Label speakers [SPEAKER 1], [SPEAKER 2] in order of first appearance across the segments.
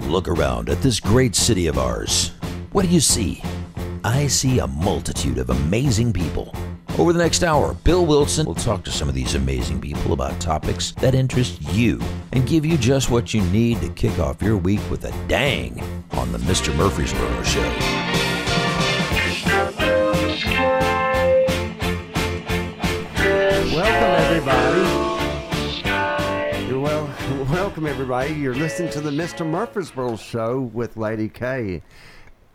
[SPEAKER 1] Look around at this great city of ours. What do you see? I see a multitude of amazing people. Over the next hour, Bill Wilson will talk to some of these amazing people about topics that interest you and give you just what you need to kick off your week with a dang on the Mr. Murfreesboro Show.
[SPEAKER 2] Welcome, everybody. You're well, welcome, everybody. You're listening to the Mr. Murfreesboro Show with Lady K,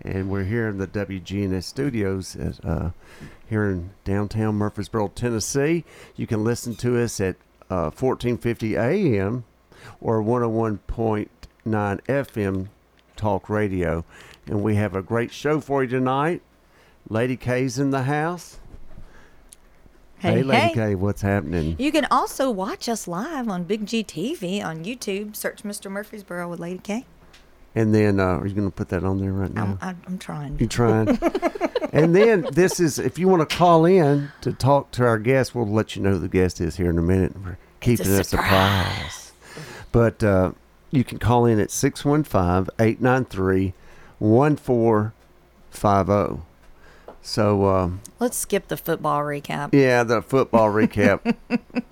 [SPEAKER 2] and we're here in the WGNS studios at, uh, here in downtown Murfreesboro, Tennessee. You can listen to us at uh, 1450 a.m. or 101.9 FM Talk Radio, and we have a great show for you tonight. Lady K's in the house.
[SPEAKER 3] Hey,
[SPEAKER 2] Lady
[SPEAKER 3] hey.
[SPEAKER 2] K, what's happening?
[SPEAKER 3] You can also watch us live on Big G TV on YouTube. Search Mr. Murfreesboro with Lady K.
[SPEAKER 2] And then, uh, are you going to put that on there right now?
[SPEAKER 3] am I'm, I'm
[SPEAKER 2] you
[SPEAKER 3] trying.
[SPEAKER 2] trying? and then this is if you want to call in to talk to our guest, we'll let you know who the guest is here in a minute. We're keeping it a surprise. But uh, you can call in at 615-893-1450. oh. So um,
[SPEAKER 3] Let's skip the football recap.
[SPEAKER 2] yeah, the football recap.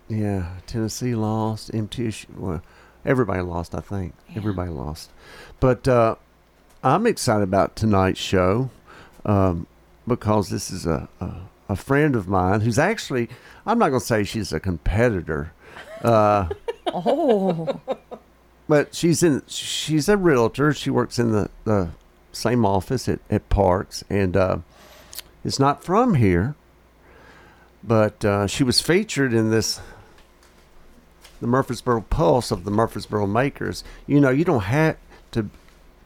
[SPEAKER 2] yeah, Tennessee lost. MTSU. Well, everybody lost, I think. Everybody lost. But uh, I'm excited about tonight's show um, because this is a, a, a friend of mine who's actually, I'm not going to say she's a competitor. uh,
[SPEAKER 3] Oh,
[SPEAKER 2] But she's in. She's a realtor. She works in the, the same office at, at Parks, and uh, is not from here. But uh, she was featured in this, the Murfreesboro Pulse of the Murfreesboro Makers. You know, you don't have to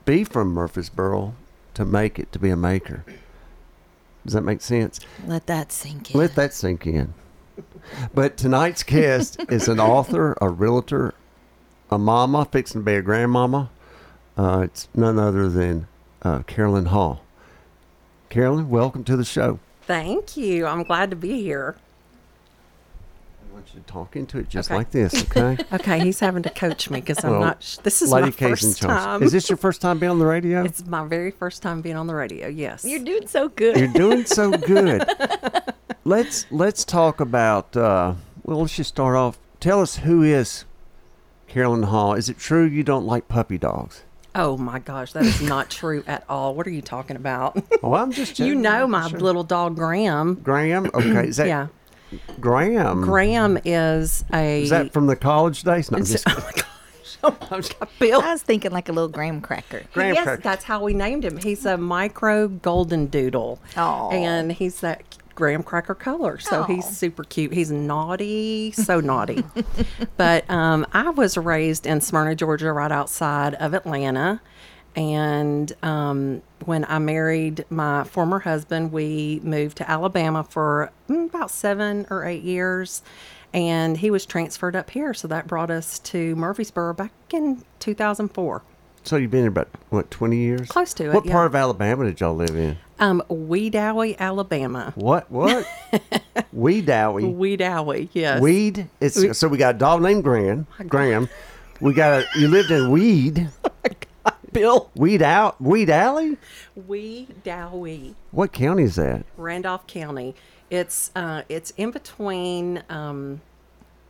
[SPEAKER 2] be from Murfreesboro to make it to be a maker. Does that make sense?
[SPEAKER 3] let that sink in.
[SPEAKER 2] Let that sink in. But tonight's guest is an author, a realtor, a mama, fixing to be a grandmama. Uh, it's none other than uh, Carolyn Hall. Carolyn, welcome to the show.
[SPEAKER 4] Thank you. I'm glad to be here.
[SPEAKER 2] I want you to talk into it just
[SPEAKER 4] Okay.
[SPEAKER 2] like this, okay?
[SPEAKER 4] Okay, he's having to coach me because I'm
[SPEAKER 2] Well,
[SPEAKER 4] not. sh- This is my
[SPEAKER 2] K's in
[SPEAKER 4] first
[SPEAKER 2] charge.
[SPEAKER 4] time.
[SPEAKER 2] Is this your first time being on the radio?
[SPEAKER 4] It's my very first time being on the radio. Yes.
[SPEAKER 3] You're doing so good.
[SPEAKER 2] You're doing so good. let's let's talk about. Uh, well, let's just start off. Tell us who is Carolyn Hall. Is it true you don't like puppy dogs?
[SPEAKER 4] oh my gosh, that is not true at all. What are you talking about?
[SPEAKER 2] Oh, I'm just.
[SPEAKER 4] you
[SPEAKER 2] joking.
[SPEAKER 4] know my little dog Graham.
[SPEAKER 2] Graham. Okay, is that
[SPEAKER 4] yeah,
[SPEAKER 2] Graham?
[SPEAKER 4] Graham is a.
[SPEAKER 2] Is that from the college days? No, I'm just,
[SPEAKER 4] oh my gosh! Oh my God, Bill.
[SPEAKER 3] I was thinking like a little graham cracker.
[SPEAKER 2] Graham
[SPEAKER 4] yes,
[SPEAKER 2] cracker.
[SPEAKER 4] that's how we named him. He's a micro golden doodle.
[SPEAKER 3] Aw.
[SPEAKER 4] And he's that graham cracker color. So
[SPEAKER 3] Aw.
[SPEAKER 4] he's super cute. He's naughty, so naughty. But um, I was raised in Smyrna, Georgia, right outside of Atlanta. And um, when I married my former husband, we moved to Alabama for mm, about seven or eight years. And he was transferred up here. So that brought us to Murfreesboro back in 2004.
[SPEAKER 2] so you've been here about what twenty years?
[SPEAKER 4] Close to it,
[SPEAKER 2] What
[SPEAKER 4] yeah.
[SPEAKER 2] part of Alabama did y'all live in?
[SPEAKER 4] Um, Weedowie, Alabama.
[SPEAKER 2] What? What? Weed Dowie.
[SPEAKER 4] Weedowie, yes.
[SPEAKER 2] Weed. It's so we got a dog named Graham. Graham. We got a. You lived in Weed.
[SPEAKER 4] Bill.
[SPEAKER 2] Weed out. Weed Alley.
[SPEAKER 4] Weedowie,
[SPEAKER 2] What county is that?
[SPEAKER 4] Randolph County. It's uh, it's in between um,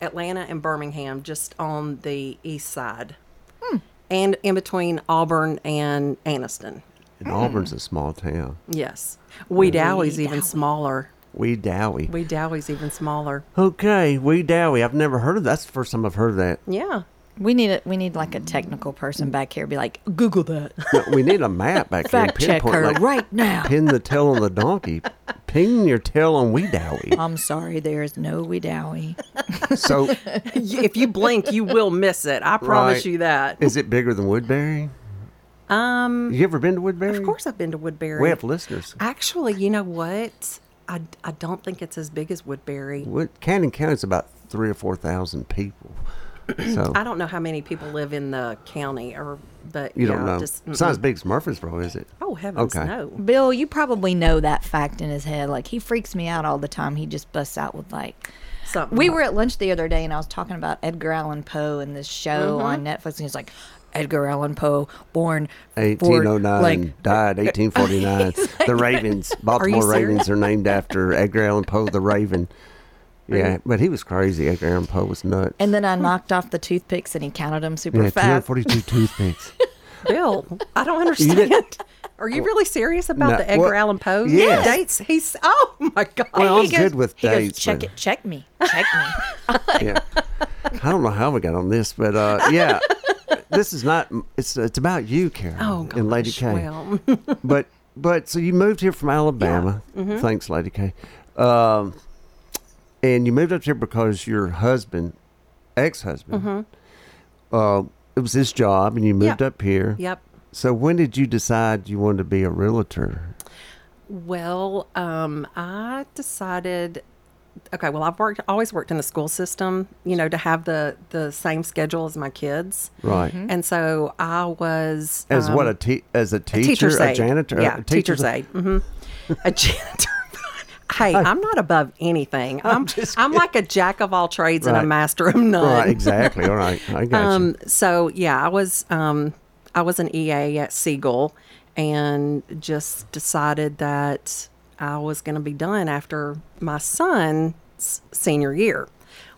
[SPEAKER 4] Atlanta and Birmingham, just on the east side, Hmm. and in between Auburn and Anniston.
[SPEAKER 2] And Auburn's a small town.
[SPEAKER 4] Yes, Weedowie's even smaller.
[SPEAKER 2] Weed Dowie.
[SPEAKER 4] Weedowie's even smaller.
[SPEAKER 2] Okay, Weed Dowie. I've never heard of that. That's the first time I've heard of that.
[SPEAKER 4] Yeah.
[SPEAKER 3] We need a, we need like a technical person back here. Be like, Google that.
[SPEAKER 2] No, we need a map back here. and
[SPEAKER 3] Fact check
[SPEAKER 2] pinpoint,
[SPEAKER 3] her
[SPEAKER 2] like,
[SPEAKER 3] right now.
[SPEAKER 2] pin the tail on the donkey, pin your tail on Wee Dowie.
[SPEAKER 3] I'm sorry, there is no Weedowie.
[SPEAKER 2] So,
[SPEAKER 4] if you blink, you will miss it. I promise
[SPEAKER 2] Right.
[SPEAKER 4] you that.
[SPEAKER 2] is it bigger than Woodbury? Um, you ever been to Woodbury?
[SPEAKER 4] Of course, I've been to Woodbury.
[SPEAKER 2] we have listeners.
[SPEAKER 4] Actually, you know what? I, I don't think it's as big as Woodbury.
[SPEAKER 2] What Cannon County's about three or four thousand people. So
[SPEAKER 4] I don't know how many people live in the county, or but
[SPEAKER 2] you
[SPEAKER 4] yeah,
[SPEAKER 2] don't know.
[SPEAKER 4] Just,
[SPEAKER 2] it's not as
[SPEAKER 4] mm-mm.
[SPEAKER 2] big as Murfreesboro, is it?
[SPEAKER 4] oh heavens,
[SPEAKER 2] Okay.
[SPEAKER 4] no.
[SPEAKER 3] Bill, you probably know that fact in his head. Like he freaks me out all the time. He just busts out with like,
[SPEAKER 4] something.
[SPEAKER 3] We were at lunch the other day, and I was talking about Edgar Allan Poe and this show on Netflix, and he's like, Edgar Allan Poe, born
[SPEAKER 2] Eighteen oh nine,
[SPEAKER 3] like
[SPEAKER 2] died eighteen forty nine. The Ravens, Baltimore
[SPEAKER 4] serious?
[SPEAKER 2] Ravens, are named after Edgar Allan Poe, the Raven. Yeah, but he was crazy. Edgar Allan Poe was nuts.
[SPEAKER 3] And then I knocked off the toothpicks and he counted them super
[SPEAKER 2] yeah, two hundred
[SPEAKER 3] fast.
[SPEAKER 2] forty two toothpicks.
[SPEAKER 4] Bill, I don't
[SPEAKER 2] You
[SPEAKER 4] understand.
[SPEAKER 2] didn't-
[SPEAKER 4] Are you really serious about
[SPEAKER 2] No,
[SPEAKER 4] the Edgar
[SPEAKER 2] well,
[SPEAKER 4] Allan Poe
[SPEAKER 2] yes.
[SPEAKER 4] dates? He's oh my god.
[SPEAKER 2] Well, I'm
[SPEAKER 3] He goes-
[SPEAKER 2] good with
[SPEAKER 3] he
[SPEAKER 2] dates.
[SPEAKER 3] Goes, check
[SPEAKER 2] but-
[SPEAKER 3] it, check me, check me.
[SPEAKER 2] yeah. I don't know how we got on this, but uh, yeah, this is not. It's it's about you, Karen,
[SPEAKER 4] oh
[SPEAKER 2] and Lady
[SPEAKER 4] gosh,
[SPEAKER 2] K.
[SPEAKER 4] Well,
[SPEAKER 2] But but so you moved here from Alabama. Thanks, Lady K. Um, and you moved up here because your husband, ex-husband, uh, it was his job, and you moved
[SPEAKER 4] Yeah.
[SPEAKER 2] up here.
[SPEAKER 4] yep.
[SPEAKER 2] So when did you decide you wanted to be a realtor?
[SPEAKER 4] Well, um, I decided. Okay, well, I've worked always worked in the school system, you know, to have the the same schedule as my kids,
[SPEAKER 2] Right.
[SPEAKER 4] and so I was
[SPEAKER 2] As what
[SPEAKER 4] Mm-hmm. um,
[SPEAKER 2] a te- as a teacher,
[SPEAKER 4] teacher's
[SPEAKER 2] a
[SPEAKER 4] aide.
[SPEAKER 2] janitor,
[SPEAKER 4] yeah,
[SPEAKER 2] a
[SPEAKER 4] teacher's, aide, hmm a janitor. hey, I'm not above anything. I'm I'm,
[SPEAKER 2] just
[SPEAKER 4] like a jack of all trades and
[SPEAKER 2] Right.
[SPEAKER 4] a master of none.
[SPEAKER 2] Right, exactly. All right, I got you.
[SPEAKER 4] Um, so yeah, I was um, I was an EA at Siegel, and just decided that I was going to be done after my son's senior year.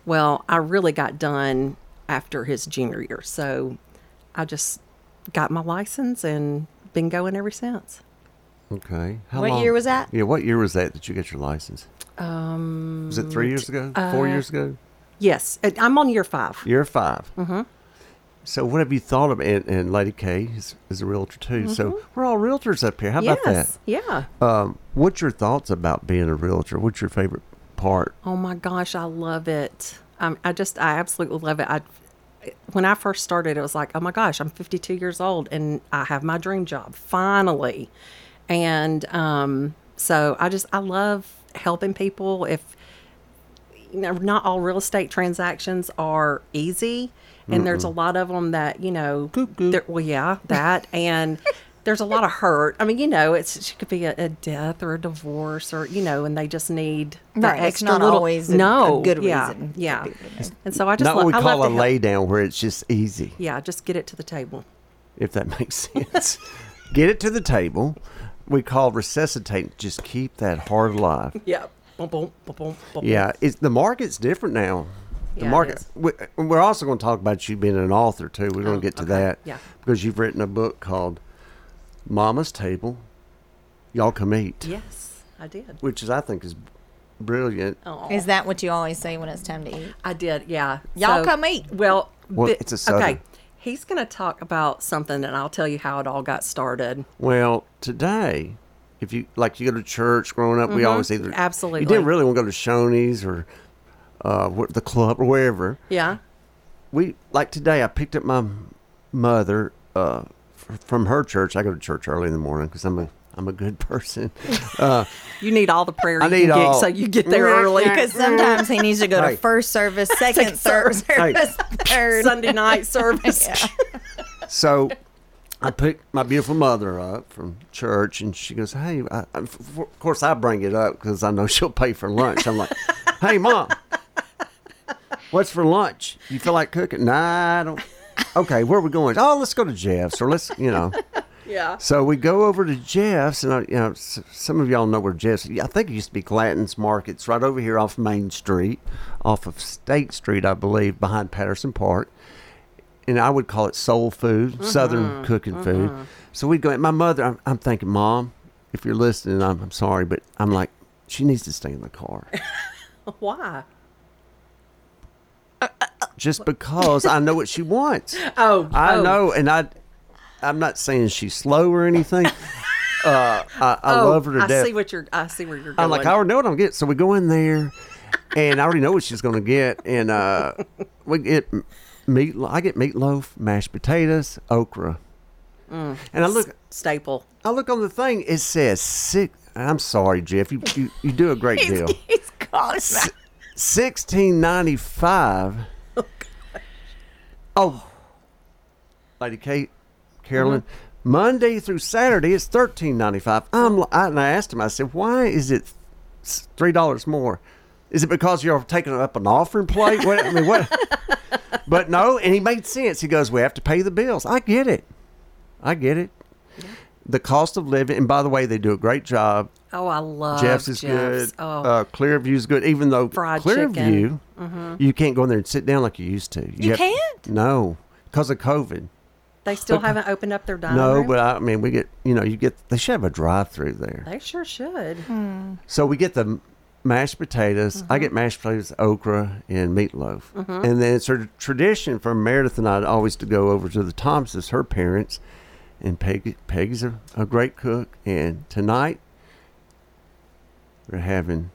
[SPEAKER 4] Well, I really got done after his junior year, so I just got my license and been going ever since.
[SPEAKER 2] Okay. How
[SPEAKER 3] What
[SPEAKER 2] long-
[SPEAKER 3] year was that?
[SPEAKER 2] Yeah, what year was that that you got your license?
[SPEAKER 4] Um,
[SPEAKER 2] Was it three years ago? Four years ago?
[SPEAKER 4] yes, and I'm on year five.
[SPEAKER 2] Year 5 Mm-hmm. So what have you thought of? And, and Lady K is, is a realtor too. So we're all realtors up here. How
[SPEAKER 4] Mm-hmm. yes,
[SPEAKER 2] about that?
[SPEAKER 4] yeah.
[SPEAKER 2] Um, what's your thoughts about being a realtor? What's your favorite part?
[SPEAKER 4] Oh my gosh, I love it. Um, I just, I absolutely love it. I, when I first started, it was like, oh my gosh, I'm 52 years old and I have my dream job finally. And um, so I just, I love helping people. If you know, not all real estate transactions are easy, and there's a lot of them that you know. there- Well, yeah, that and. There's a lot of hurt. I mean, you know, it's it could be a, a death or a divorce or you know, and they just need that
[SPEAKER 3] Right, it's
[SPEAKER 4] extra
[SPEAKER 3] not
[SPEAKER 4] little
[SPEAKER 3] always a- a
[SPEAKER 4] no
[SPEAKER 3] good
[SPEAKER 4] yeah,
[SPEAKER 3] reason for
[SPEAKER 4] Yeah,
[SPEAKER 3] people to know.
[SPEAKER 4] and so I just
[SPEAKER 2] Not
[SPEAKER 4] lo-
[SPEAKER 2] what we
[SPEAKER 4] I
[SPEAKER 2] call a
[SPEAKER 4] love to help-
[SPEAKER 2] lay down where it's just easy,
[SPEAKER 4] Yeah, just get it to the table.
[SPEAKER 2] if that makes sense. Get it to the table. We call resuscitate. Just keep that heart alive.
[SPEAKER 4] Yeah. Boom, boom, boom, boom, boom.
[SPEAKER 2] Yeah, it's the market's different now. The
[SPEAKER 4] Yeah, it
[SPEAKER 2] market.
[SPEAKER 4] is.
[SPEAKER 2] We, we're also going to talk about you being an author too. We're going to
[SPEAKER 4] Oh,
[SPEAKER 2] get to
[SPEAKER 4] okay.
[SPEAKER 2] that.
[SPEAKER 4] Yeah.
[SPEAKER 2] Because you've written a book called "Mama's Table." Y'all come eat,
[SPEAKER 4] Yes, I did.
[SPEAKER 2] which is I think is brilliant.
[SPEAKER 4] Oh,
[SPEAKER 3] Is that what you always say when it's time to eat?
[SPEAKER 4] I did. Yeah.
[SPEAKER 3] Y'all come eat.
[SPEAKER 4] Well,
[SPEAKER 2] Well,
[SPEAKER 4] bi-
[SPEAKER 2] it's a Southern.
[SPEAKER 4] okay. He's going to talk about something, and I'll tell you how it all got started.
[SPEAKER 2] Well, today, if you like, you go to church growing up, we always either you
[SPEAKER 4] Mm-hmm. Absolutely.
[SPEAKER 2] didn't really want to go to Shoney's or uh, wh- the club or wherever.
[SPEAKER 4] Yeah.
[SPEAKER 2] we like today i picked up my mother uh, f- from her church i go to church early in the morning because i'm a i'm a good person uh,
[SPEAKER 4] You need all the prayer
[SPEAKER 2] I
[SPEAKER 4] you
[SPEAKER 2] need
[SPEAKER 4] can
[SPEAKER 2] all-
[SPEAKER 4] get, so you get there early.
[SPEAKER 3] Because sometimes he needs to go
[SPEAKER 2] Right.
[SPEAKER 3] to first service, second service, third.
[SPEAKER 4] Sunday night service.
[SPEAKER 2] so i picked my beautiful mother up from church and she goes hey I, I- f- of course i bring it up because i know she'll pay for lunch i'm like hey mom what's for lunch you feel like cooking nah i don't okay where are we going oh let's go to jeff's or let's you know
[SPEAKER 4] Yeah.
[SPEAKER 2] So we go over to Jeff's, and I, you know, s- some of y'all know where Jeff's. I think it used to be Glanton's Markets, right over here off Main Street, off of State Street, I believe, behind Patterson Park. And I would call it soul food,
[SPEAKER 4] Mm-hmm.
[SPEAKER 2] Southern cooking food. So we'd go. And my mother, I'm, I'm thinking, Mom, if you're listening, I'm, I'm sorry, but I'm like, she needs to stay in the car.
[SPEAKER 4] Why?
[SPEAKER 2] just because I know what she wants.
[SPEAKER 4] Oh,
[SPEAKER 2] I
[SPEAKER 4] oh.
[SPEAKER 2] know, and I, I'm not saying she's slow or anything. uh, I, I
[SPEAKER 4] Oh,
[SPEAKER 2] love her to
[SPEAKER 4] I
[SPEAKER 2] death.
[SPEAKER 4] see what you're. I see where you're going.
[SPEAKER 2] I'm like, I already know what I'm getting. So we go in there, and I already know what she's going to get. And uh, we get m- meat. I get meatloaf, mashed potatoes, okra. And I look,
[SPEAKER 4] staple.
[SPEAKER 2] I look on the thing. It says six. I'm sorry, Jeff. You you, you do a great deal.
[SPEAKER 3] He's gone. back.
[SPEAKER 2] Sixteen ninety five. Oh, Lady Kate, Carolyn. Monday through Saturday it's thirteen ninety five. I'm li- I, and I asked him. I said, "Why is it s- three dollars more?" Is it because you're taking up an offering plate? What, I mean, what? But no, and he made sense. He goes, "We have to pay the bills." I get it. I get it. The cost of living, and by the way, they do a great job.
[SPEAKER 4] Oh, I love
[SPEAKER 2] Jeff's is good.
[SPEAKER 4] Oh,
[SPEAKER 2] Uh, Clearview's good, even though
[SPEAKER 4] Fried
[SPEAKER 2] Clearview,
[SPEAKER 4] chicken.
[SPEAKER 2] you can't go in there and sit down like you used to. You, have-
[SPEAKER 3] can't?
[SPEAKER 2] No, because of COVID.
[SPEAKER 4] they still haven't opened up their dining
[SPEAKER 2] No,
[SPEAKER 4] room.
[SPEAKER 2] but I mean, we get you know, you get they should have a drive-through there.
[SPEAKER 4] they sure should.
[SPEAKER 2] So we get the m- mashed potatoes. I get mashed potatoes, okra, and meatloaf. And then it's her tradition for Meredith and I to always to go over to the Thompsons, her parents, and Peggy. Peggy's a, a great cook. And tonight we're having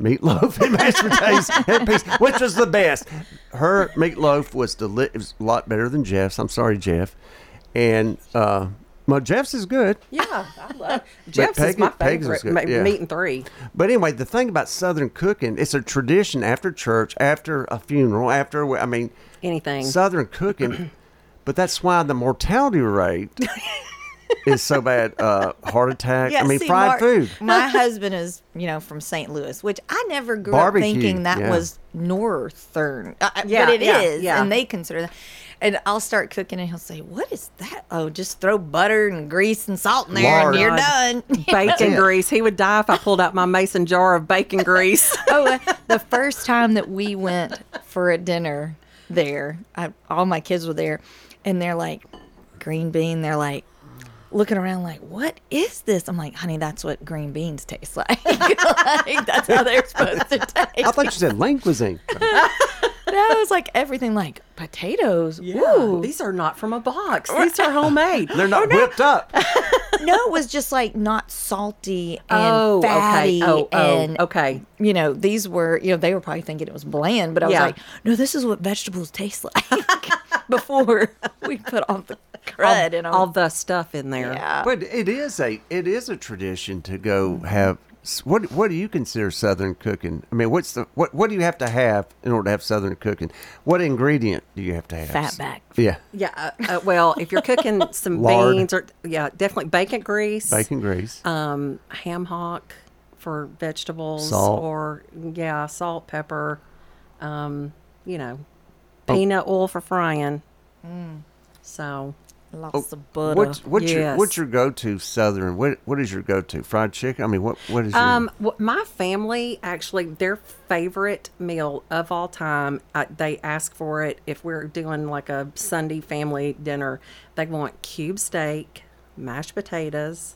[SPEAKER 2] meatloaf and mashed potatoes, and peas, which was the best. Her meatloaf was deli- it was a lot better than Jeff's. I'm sorry, Jeff. And uh, well, Jeff's is good.
[SPEAKER 4] Yeah, I love Jeff's is
[SPEAKER 2] Peggy-
[SPEAKER 4] my
[SPEAKER 2] Peggy's
[SPEAKER 4] favorite.
[SPEAKER 2] is good,
[SPEAKER 4] ma-
[SPEAKER 2] yeah.
[SPEAKER 4] Meat and three.
[SPEAKER 2] But anyway, the thing about Southern cooking, it's a tradition after church, after a funeral, after, a we- I mean,
[SPEAKER 4] Anything.
[SPEAKER 2] Southern cooking. but that's why the mortality rate is so bad. Uh, heart attack. I mean,
[SPEAKER 3] see,
[SPEAKER 2] fried
[SPEAKER 3] Mark,
[SPEAKER 2] food.
[SPEAKER 3] My husband is, you know, from St. Louis, which I never grew
[SPEAKER 2] Barbecue,
[SPEAKER 3] up thinking that
[SPEAKER 2] yeah.
[SPEAKER 3] was northern, uh, uh,
[SPEAKER 4] Yeah,
[SPEAKER 3] but it is,
[SPEAKER 4] yeah, yeah.
[SPEAKER 3] and they consider that. And I'll start cooking, and he'll say, "What is that? Oh, just throw butter and grease and salt in there,
[SPEAKER 2] Lard.
[SPEAKER 3] and you're
[SPEAKER 4] God.
[SPEAKER 3] done."
[SPEAKER 4] Bacon grease. He would die if I pulled out my mason jar of bacon grease.
[SPEAKER 3] oh, uh, the first time that we went for a dinner there, I, all my kids were there, and they're like, green bean. They're like, looking around like, what is this? I'm like, honey, that's what green beans taste like. Like, that's how they're supposed to taste.
[SPEAKER 2] I thought you said lean cuisine.
[SPEAKER 3] And I was like, everything like potatoes.
[SPEAKER 4] Ooh,
[SPEAKER 3] Ooh.
[SPEAKER 4] these are not from a box. These are homemade.
[SPEAKER 2] They're not whipped up.
[SPEAKER 3] No, it was just like not salty and
[SPEAKER 4] oh,
[SPEAKER 3] fatty
[SPEAKER 4] okay. Oh, oh,
[SPEAKER 3] and
[SPEAKER 4] okay.
[SPEAKER 3] you know, these were, you know, they were probably thinking it was bland, but I was
[SPEAKER 4] Yeah.
[SPEAKER 3] like, no, this is what vegetables taste like before we put all the crud and all.
[SPEAKER 4] All the stuff in there.
[SPEAKER 3] yeah.
[SPEAKER 2] But it is a it is a tradition to go have s- what what do you consider southern cooking? I mean, what's the what what do you have to have in order to have southern cooking? What ingredient do you have to have?
[SPEAKER 3] Fatback.
[SPEAKER 2] Yeah.
[SPEAKER 4] Yeah. Uh, uh, well, if you're cooking some
[SPEAKER 2] Lard.
[SPEAKER 4] beans or yeah, definitely bacon grease,
[SPEAKER 2] Bacon grease.
[SPEAKER 4] um, ham hock for vegetables,
[SPEAKER 2] Salt.
[SPEAKER 4] or yeah, salt, pepper, um, you know,
[SPEAKER 2] Oh.
[SPEAKER 4] peanut oil for frying. So
[SPEAKER 3] Lots of butter.
[SPEAKER 2] What's what's your what's
[SPEAKER 4] uh, Yes.
[SPEAKER 2] your go to southern? What what is your go to fried chicken? I mean, what what is your
[SPEAKER 4] Um, wh- my family actually their favorite meal of all time. I, they ask for it if we're doing like a Sunday family dinner. They want cube steak, mashed potatoes,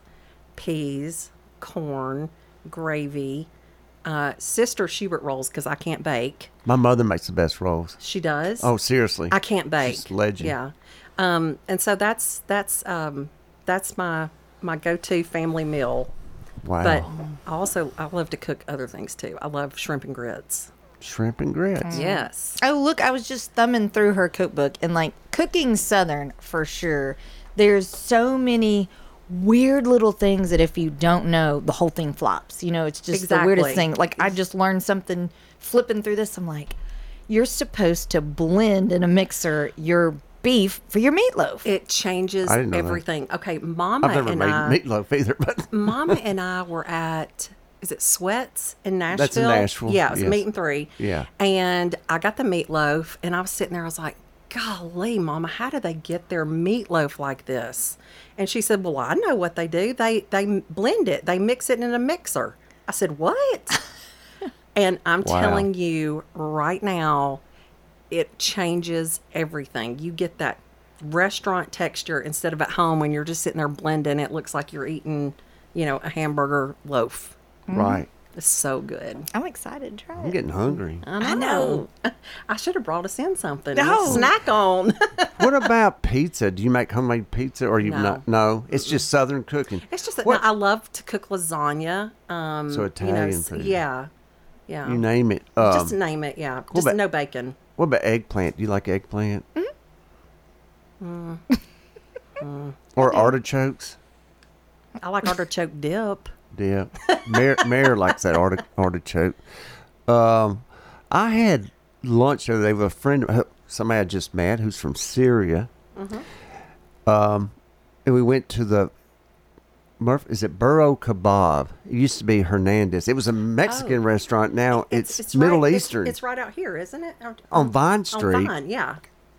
[SPEAKER 4] peas, corn, gravy. Uh, Sister Schubert rolls because I can't bake.
[SPEAKER 2] my mother makes the best rolls.
[SPEAKER 4] She does.
[SPEAKER 2] Oh, seriously,
[SPEAKER 4] I can't bake.
[SPEAKER 2] She's a legend.
[SPEAKER 4] Yeah. Um, and so that's that's um, that's my my go to family meal.
[SPEAKER 2] Wow,
[SPEAKER 4] But I also I love to cook other things too. I love shrimp and grits.
[SPEAKER 2] shrimp and grits.
[SPEAKER 4] Yes.
[SPEAKER 3] Oh, look, I was just thumbing through her cookbook and like cooking Southern for sure. There's so many weird little things that if you don't know, the whole thing flops. You know, it's just the weirdest
[SPEAKER 4] Exactly.
[SPEAKER 3] thing. Like, I just learned something flipping through this. I'm like, you're supposed to blend in a mixer your beef for your meatloaf.
[SPEAKER 4] It changes
[SPEAKER 2] I didn't know that.
[SPEAKER 4] everything. Okay, Mama
[SPEAKER 2] I've never
[SPEAKER 4] and uh,
[SPEAKER 2] made
[SPEAKER 4] I
[SPEAKER 2] meatloaf either, but
[SPEAKER 4] Mama and I were at is it Sweats in Nashville?
[SPEAKER 2] in Nashville,
[SPEAKER 4] Yeah, it was
[SPEAKER 2] yes.
[SPEAKER 4] meat and three.
[SPEAKER 2] Yeah.
[SPEAKER 4] And I got the meatloaf and I was sitting there, I was like, Golly, Mama, how do they get their meatloaf like this? And she said, Well, I know what they do. They they blend it, they mix it in a mixer. I said, What? and I'm
[SPEAKER 2] Wow.
[SPEAKER 4] telling you right now, it changes everything. You get that restaurant texture instead of at home when you're just sitting there blending. It looks like you're eating, you know, a hamburger loaf.
[SPEAKER 2] right.
[SPEAKER 4] It's so good.
[SPEAKER 3] I'm excited to try
[SPEAKER 2] I'm
[SPEAKER 3] it.
[SPEAKER 2] getting hungry.
[SPEAKER 4] I know. I should have brought us in something.
[SPEAKER 3] No.
[SPEAKER 4] Snack on.
[SPEAKER 2] what about pizza? Do you make homemade pizza, or you
[SPEAKER 4] No.
[SPEAKER 2] not? No, it's just southern cooking.
[SPEAKER 4] it's just that
[SPEAKER 2] What-
[SPEAKER 4] no, I love to cook lasagna. Um,
[SPEAKER 2] So
[SPEAKER 4] you know,
[SPEAKER 2] Italian
[SPEAKER 4] s-
[SPEAKER 2] food.
[SPEAKER 4] Yeah. Yeah.
[SPEAKER 2] You name it. Um,
[SPEAKER 4] just name it. Yeah. Just
[SPEAKER 2] but-
[SPEAKER 4] no bacon.
[SPEAKER 2] what about eggplant? Do you like eggplant?
[SPEAKER 4] Mm.
[SPEAKER 2] or artichokes?
[SPEAKER 4] I like artichoke dip.
[SPEAKER 2] Yeah, Mayor, Mayor likes that arti- artichoke. Um, I had lunch the other day with a friend, uh, somebody I just met, who's
[SPEAKER 4] Mm-hmm.
[SPEAKER 2] from Syria. Um, and we went to the Murph, is it Burro Kebab? It used to be Hernandez. It was a Mexican
[SPEAKER 4] Oh.
[SPEAKER 2] restaurant. Now it's,
[SPEAKER 4] right-
[SPEAKER 2] Middle
[SPEAKER 4] it's-
[SPEAKER 2] Eastern.
[SPEAKER 4] It's, right out here, isn't it? Out-
[SPEAKER 2] On Vine Street.
[SPEAKER 4] On Vine, yeah.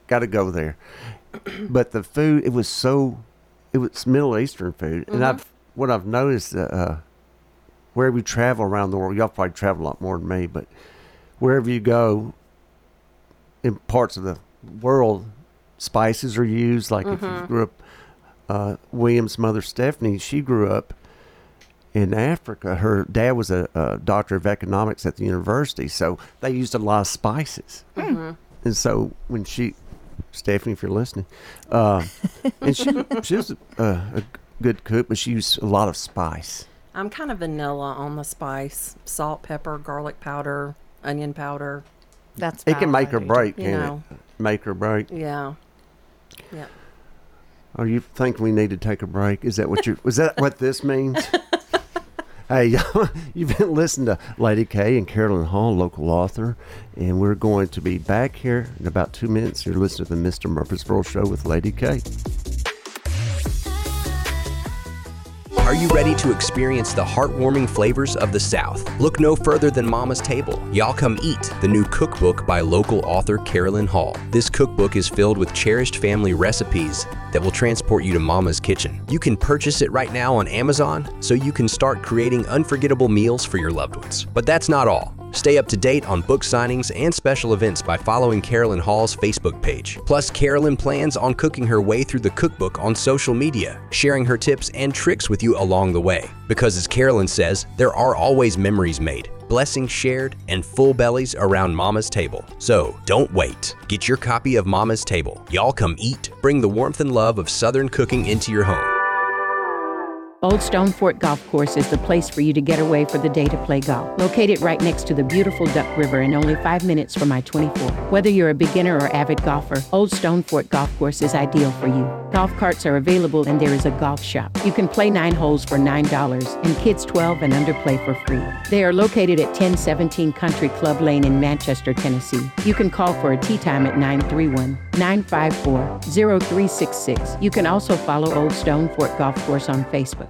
[SPEAKER 2] Got to go there. But the food, it was so, it was Middle Eastern food. And I've what I've noticed uh, uh, wherever you travel around the world, y'all probably travel a lot more than me, but wherever you go in parts of the world, spices are used. Like if you grew up, uh, William's mother Stephanie, she grew up in Africa. Her dad was a, a doctor of economics at the university, so they used a lot of spices. And so when she, Stephanie, if you're listening, uh, and she she was a, a good cook, but she used a lot of spice.
[SPEAKER 4] I'm kind of vanilla on the spice, salt, pepper, garlic powder, onion powder.
[SPEAKER 3] That's
[SPEAKER 2] It can
[SPEAKER 3] about
[SPEAKER 2] make or
[SPEAKER 3] right.
[SPEAKER 2] break,
[SPEAKER 4] Oh, you
[SPEAKER 2] can
[SPEAKER 4] know.
[SPEAKER 2] it? Make or break.
[SPEAKER 4] Yeah. Yeah.
[SPEAKER 2] Are you think we need to take a break? Is that what you? Was that what this means? hey, you've been listening to Lady K and Carolyn Hall, local author, and we're going to be back here in about two minutes. You're listening to the Mr. Murfreesboro Show with Lady K.
[SPEAKER 5] Are you ready to experience the heartwarming flavors of the South? Look no further than Mama's Table. Y'all Come Eat, the new cookbook by local author Carolyn Hall. This cookbook is filled with cherished family recipes that will transport you to Mama's kitchen. You can purchase it right now on Amazon so you can start creating unforgettable meals for your loved ones. But that's not all. Stay up to date on book signings and special events by following Carolyn Hall's Facebook page. Plus, Carolyn plans on cooking her way through the cookbook on social media, sharing her tips and tricks with you along the way. Because, as Carolyn says, there are always memories made, blessings shared, and full bellies around Mama's table. So, don't wait. Get your copy of Mama's Table. Y'all come eat. Bring the warmth and love of Southern cooking into your home.
[SPEAKER 6] Old Stone Fort Golf Course is the place for you to get away for the day to play golf. Located right next to the beautiful Duck River and only five minutes from I 24. Whether you're a beginner or avid golfer, Old Stone Fort Golf Course is ideal for you. Golf carts are available and there is a golf shop. You can play nine holes for $9 and kids 12 and under play for free. They are located at 1017 Country Club Lane in Manchester, Tennessee. You can call for a tee time at 931 954 0366. You can also follow Old Stone Fort Golf Course on Facebook.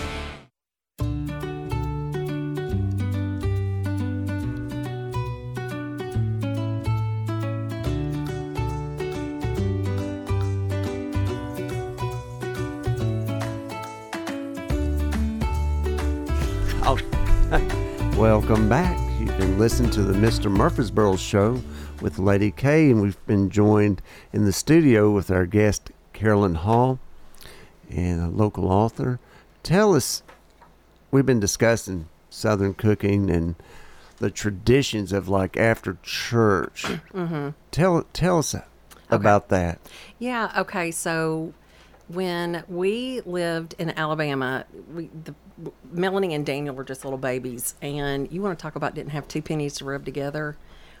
[SPEAKER 2] Oh. Welcome back. You've been listening to the Mr. Murfreesboro Show with Lady K, and we've been joined in the studio with our guest Carolyn Hall and a local author. Tell us, we've been discussing Southern cooking and the traditions of like after church. Tell tell us about that.
[SPEAKER 4] Yeah. Okay. So when we lived in Alabama, we, the, Melanie and Daniel were just little babies, and you want to talk about didn't have two pennies to rub together?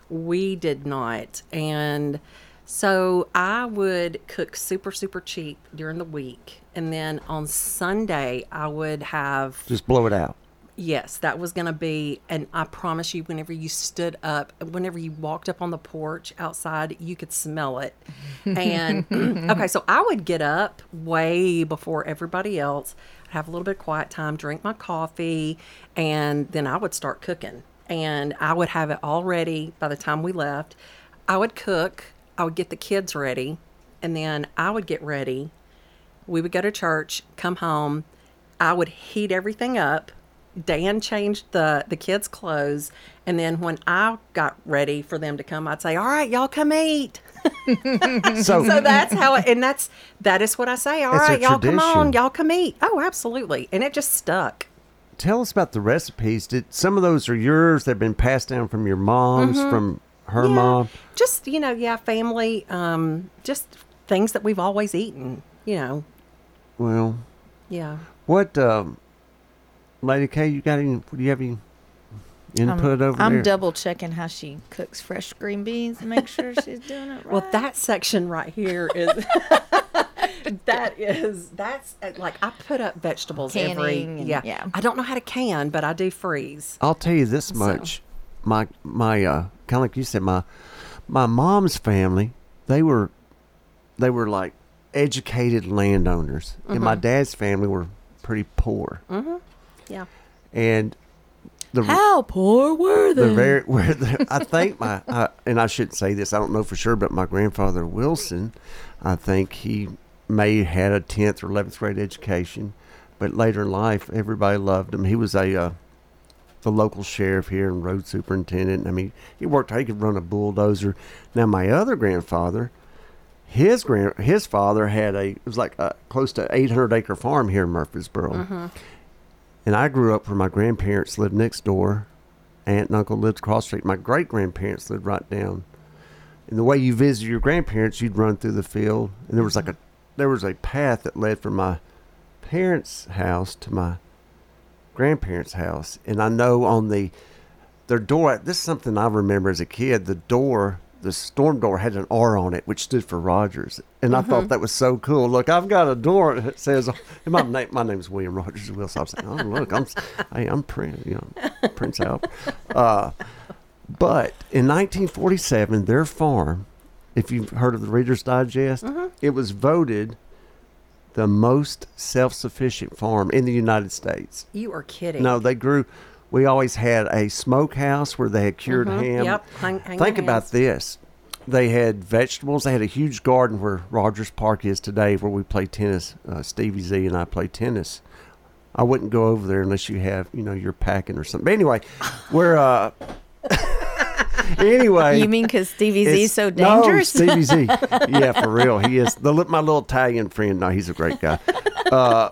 [SPEAKER 4] We did not, and so I would cook super super cheap during the week, and then on Sunday I would have
[SPEAKER 2] Just blow it out.
[SPEAKER 4] Yes, that was going to be, and I promise you, whenever you stood up, whenever you walked up on the porch outside, you could smell it. And okay, so I would get up way before everybody else, I'd have a little bit of quiet time, drink my coffee, and then I would start cooking. And I would have it all ready by the time we left. I would cook, I would get the kids ready, and then I would get ready we would go to church, come home. I would heat everything up. Dan changed the the kids' clothes, and then when I got ready for them to come, I'd say, "All right, y'all come eat."
[SPEAKER 2] So,
[SPEAKER 4] so that's how it, and that's that is what I say. All
[SPEAKER 2] It's a
[SPEAKER 4] right, y'all come on,
[SPEAKER 2] tradition.
[SPEAKER 4] y'all come eat. Oh, absolutely, and it just stuck.
[SPEAKER 2] tell us about the recipes. Did some of those are yours? They've been passed down from your mom's, from her
[SPEAKER 4] Yeah.
[SPEAKER 2] mom.
[SPEAKER 4] Just you know, yeah, family. Um, just things that we've always eaten. You know,
[SPEAKER 2] Well,
[SPEAKER 4] yeah.
[SPEAKER 2] what, um, Lady K? You got any? Do you have any input over
[SPEAKER 3] Um, I'm
[SPEAKER 2] there?
[SPEAKER 3] double checking how she cooks fresh green beans to make sure she's doing it right.
[SPEAKER 4] Well, that section right here is that is that's uh, like I put up vegetables
[SPEAKER 3] Canning
[SPEAKER 4] every
[SPEAKER 3] and-
[SPEAKER 4] yeah.
[SPEAKER 3] yeah.
[SPEAKER 4] I don't know how to can, but I do freeze.
[SPEAKER 2] I'll tell you this much. My my uh kind of like you said my my mom's family, they were they were like educated landowners and
[SPEAKER 3] Mm-hmm.
[SPEAKER 2] my dad's family were pretty poor.
[SPEAKER 4] Yeah.
[SPEAKER 2] And the
[SPEAKER 3] how Oh, poor were
[SPEAKER 2] the
[SPEAKER 3] they?
[SPEAKER 2] very where the, I think my I, and I shouldn't say this I don't know for sure but my grandfather Wilson I think he may had a 10th or 11th grade education but later in life everybody loved him he was a uh, the local sheriff here and road superintendent I mean he worked he could run a bulldozer now my other grandfather his grand his father had a it was like a close to 800 acre farm here in Murfreesboro and I grew up where my grandparents lived next door. Aunt and uncle lived across the street. My great grandparents lived right down. And the way you visited your grandparents, you'd run through the field, and there was like a there was a path that led from my parents' house to my grandparents' house. And I know on the their door, this is something I remember as a kid. The door, the storm door, had an R on it, which stood for Rogers, and I thought that was so cool. Look, I've got a door that says and my name. My name's William Rogers Wilson. I was like, oh look, I'm hey, I'm Prince, you know, Prince Albert. Uh, but in 1947, their farm, if you've heard of the Reader's Digest, it was voted the most self-sufficient farm in the United States.
[SPEAKER 4] You are kidding.
[SPEAKER 2] No, they grew. We always had a smokehouse where they had cured ham.
[SPEAKER 4] Mm-hmm. Yep, hang- hanging
[SPEAKER 2] Think about
[SPEAKER 4] hams.
[SPEAKER 2] this. They had vegetables. They had a huge garden where Rogers Park is today, where we play tennis. Uh, Stevie Z and I play tennis. I wouldn't go over there unless you have, you know, you're packing or something. But anyway, we're. Uh, anyway,
[SPEAKER 3] You mean because Stevie Z's
[SPEAKER 2] it's-
[SPEAKER 3] so dangerous?
[SPEAKER 2] No, Stevie Z. yeah, for real. He is the li- my little Italian friend. No, he's a great guy. Uh,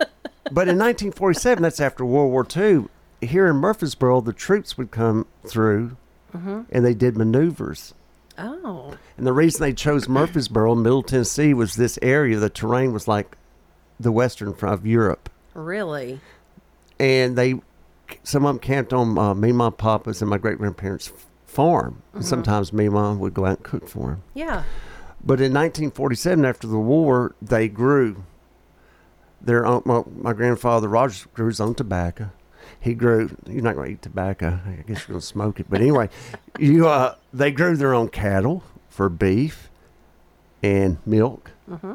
[SPEAKER 2] but in 1947, that's after World War II. Here in Murfreesboro, the troops would come through,
[SPEAKER 3] Mm-hmm.
[SPEAKER 2] and they did maneuvers.
[SPEAKER 4] Oh,
[SPEAKER 2] And the reason they chose Murfreesboro, Middle Tennessee, was this area. The terrain was like the western front of Europe
[SPEAKER 4] really?
[SPEAKER 2] and they some of them camped on uh, me, my papa's, and my great grandparents' farm. And
[SPEAKER 3] Mm-hmm.
[SPEAKER 2] sometimes me, and mom would go out and cook for them.
[SPEAKER 4] Yeah.
[SPEAKER 2] But in 1947, after the war, they grew their own. My, my grandfather Rogers grew his own tobacco. He grew. You're not going to eat tobacco. I guess you're going to smoke it. But anyway, you uh, they grew their own cattle for beef and milk.
[SPEAKER 4] Mm-hmm.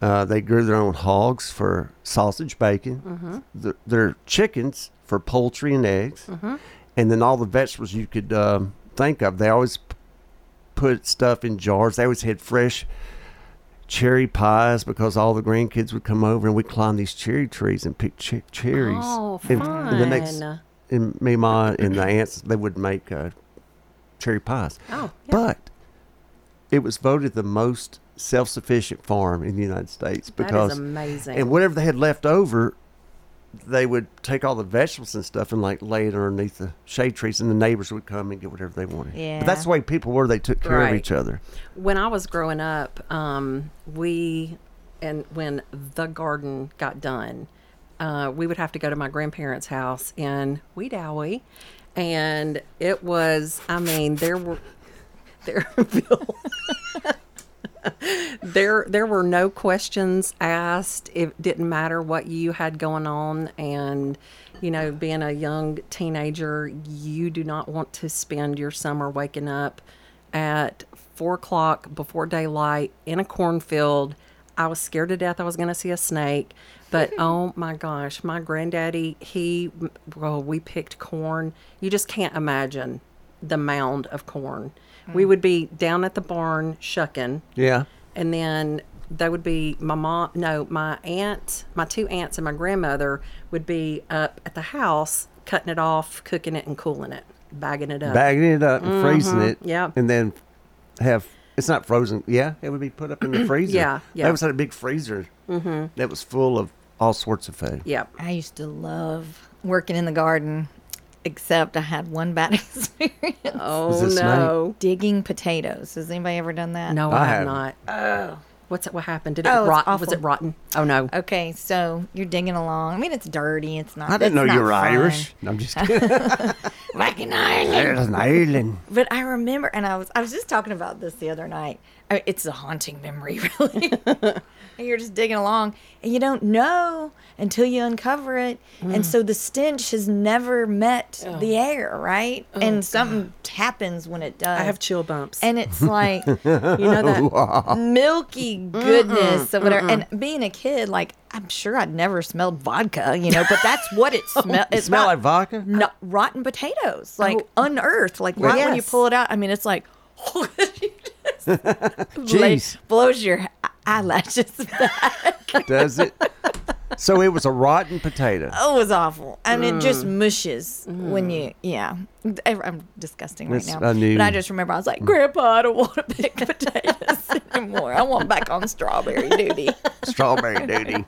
[SPEAKER 2] Uh, they grew their own hogs for sausage, bacon.
[SPEAKER 4] Mm-hmm.
[SPEAKER 2] Th- their chickens for poultry and eggs, and then all the vegetables you could um, think of. They always p- put stuff in jars. They always had fresh cherry pies because all the grandkids would come over and we'd climb these cherry trees and pick che- cherries.
[SPEAKER 4] Oh,
[SPEAKER 2] and, and the next,
[SPEAKER 4] fun.
[SPEAKER 2] and me, ma, and the aunts, they would make uh, cherry pies.
[SPEAKER 4] Oh, yeah.
[SPEAKER 2] But it was voted the most self-sufficient farm in the United States
[SPEAKER 4] That is
[SPEAKER 2] because
[SPEAKER 4] amazing.
[SPEAKER 2] And whatever they had left over, they would take all the vegetables and stuff and like lay it underneath the shade trees, and the neighbors would come and get whatever they wanted. But that's
[SPEAKER 3] Yeah.
[SPEAKER 2] the way people were; they took care of
[SPEAKER 4] Right.
[SPEAKER 2] each other.
[SPEAKER 4] When I was growing up, um, we and when the garden got done, uh, we would have to go to my grandparents' house in Weedowie, and it was I mean there were there Bill, there there were no questions asked. It didn't matter what you had going on, and you know, being a young teenager, you do not want to spend your summer waking up at four o'clock before daylight in a cornfield. I was scared to death I was going to see a snake, but oh my gosh, my granddaddy, he, well, we picked corn. You just can't imagine the mound of corn. We would be down at the barn shucking,
[SPEAKER 2] Yeah,
[SPEAKER 4] and then that would be my mom. No, my aunt, my two aunts, and my grandmother would be up at the house cutting it off, cooking it, and cooling it, bagging it up.
[SPEAKER 2] bagging it up and freezing it.
[SPEAKER 4] yeah.
[SPEAKER 2] And then have it's not frozen. Yeah, it would be put up in the freezer.
[SPEAKER 4] Yeah, yeah.
[SPEAKER 2] That was had a big freezer mm-hmm. that was full of all sorts of food.
[SPEAKER 4] Yep.
[SPEAKER 3] I used to love working in the garden, except I had one bad experience
[SPEAKER 4] Oh
[SPEAKER 2] this night?
[SPEAKER 4] no,
[SPEAKER 3] digging potatoes. Has anybody ever done that?
[SPEAKER 4] no,
[SPEAKER 2] I
[SPEAKER 4] I have
[SPEAKER 2] haven't.
[SPEAKER 4] not. Oh, what's it? What happened? Did it
[SPEAKER 3] Oh, it's
[SPEAKER 4] rot? Was
[SPEAKER 3] awful.
[SPEAKER 4] it rotten? Oh no.
[SPEAKER 3] Okay, so you're digging along. I mean, it's dirty. It's not.
[SPEAKER 2] I didn't
[SPEAKER 3] it's
[SPEAKER 2] know
[SPEAKER 3] not
[SPEAKER 2] you were
[SPEAKER 3] fun.
[SPEAKER 2] Irish. No, I'm just kidding.
[SPEAKER 3] Back in Ireland.
[SPEAKER 2] There's an Ireland.
[SPEAKER 3] But I remember, and I was I was just talking about this the other night. I mean, it's a haunting memory, really. and you're just digging along, and you don't know until you uncover it, and so the stench has never met
[SPEAKER 4] Oh.
[SPEAKER 3] the air, right? and something happens when it does.
[SPEAKER 4] I have chill bumps.
[SPEAKER 3] and it's like Oh,
[SPEAKER 4] you know that
[SPEAKER 3] milky goodness of whatever. And being a kid, like I'm sure I'd never smelled vodka, you know, but that's what it smelled. It
[SPEAKER 2] Smell like vodka?
[SPEAKER 3] no, rotten
[SPEAKER 2] Oh.
[SPEAKER 3] potatoes, like unearthed, like right when you
[SPEAKER 4] Yes.
[SPEAKER 3] pull it out. I mean, it's like,
[SPEAKER 2] Jeez.
[SPEAKER 3] blows your e- eyelashes back.
[SPEAKER 2] Does it? So it was a rotten potato.
[SPEAKER 3] Oh, it was awful, and it just
[SPEAKER 2] Mm.
[SPEAKER 3] mushes when you, yeah. I- I'm disgusting right
[SPEAKER 2] That's
[SPEAKER 3] now,
[SPEAKER 2] a new-
[SPEAKER 3] but I just remember I was like, Grandpa, I don't want to pick potatoes anymore. I want back on strawberry duty.
[SPEAKER 2] Strawberry duty.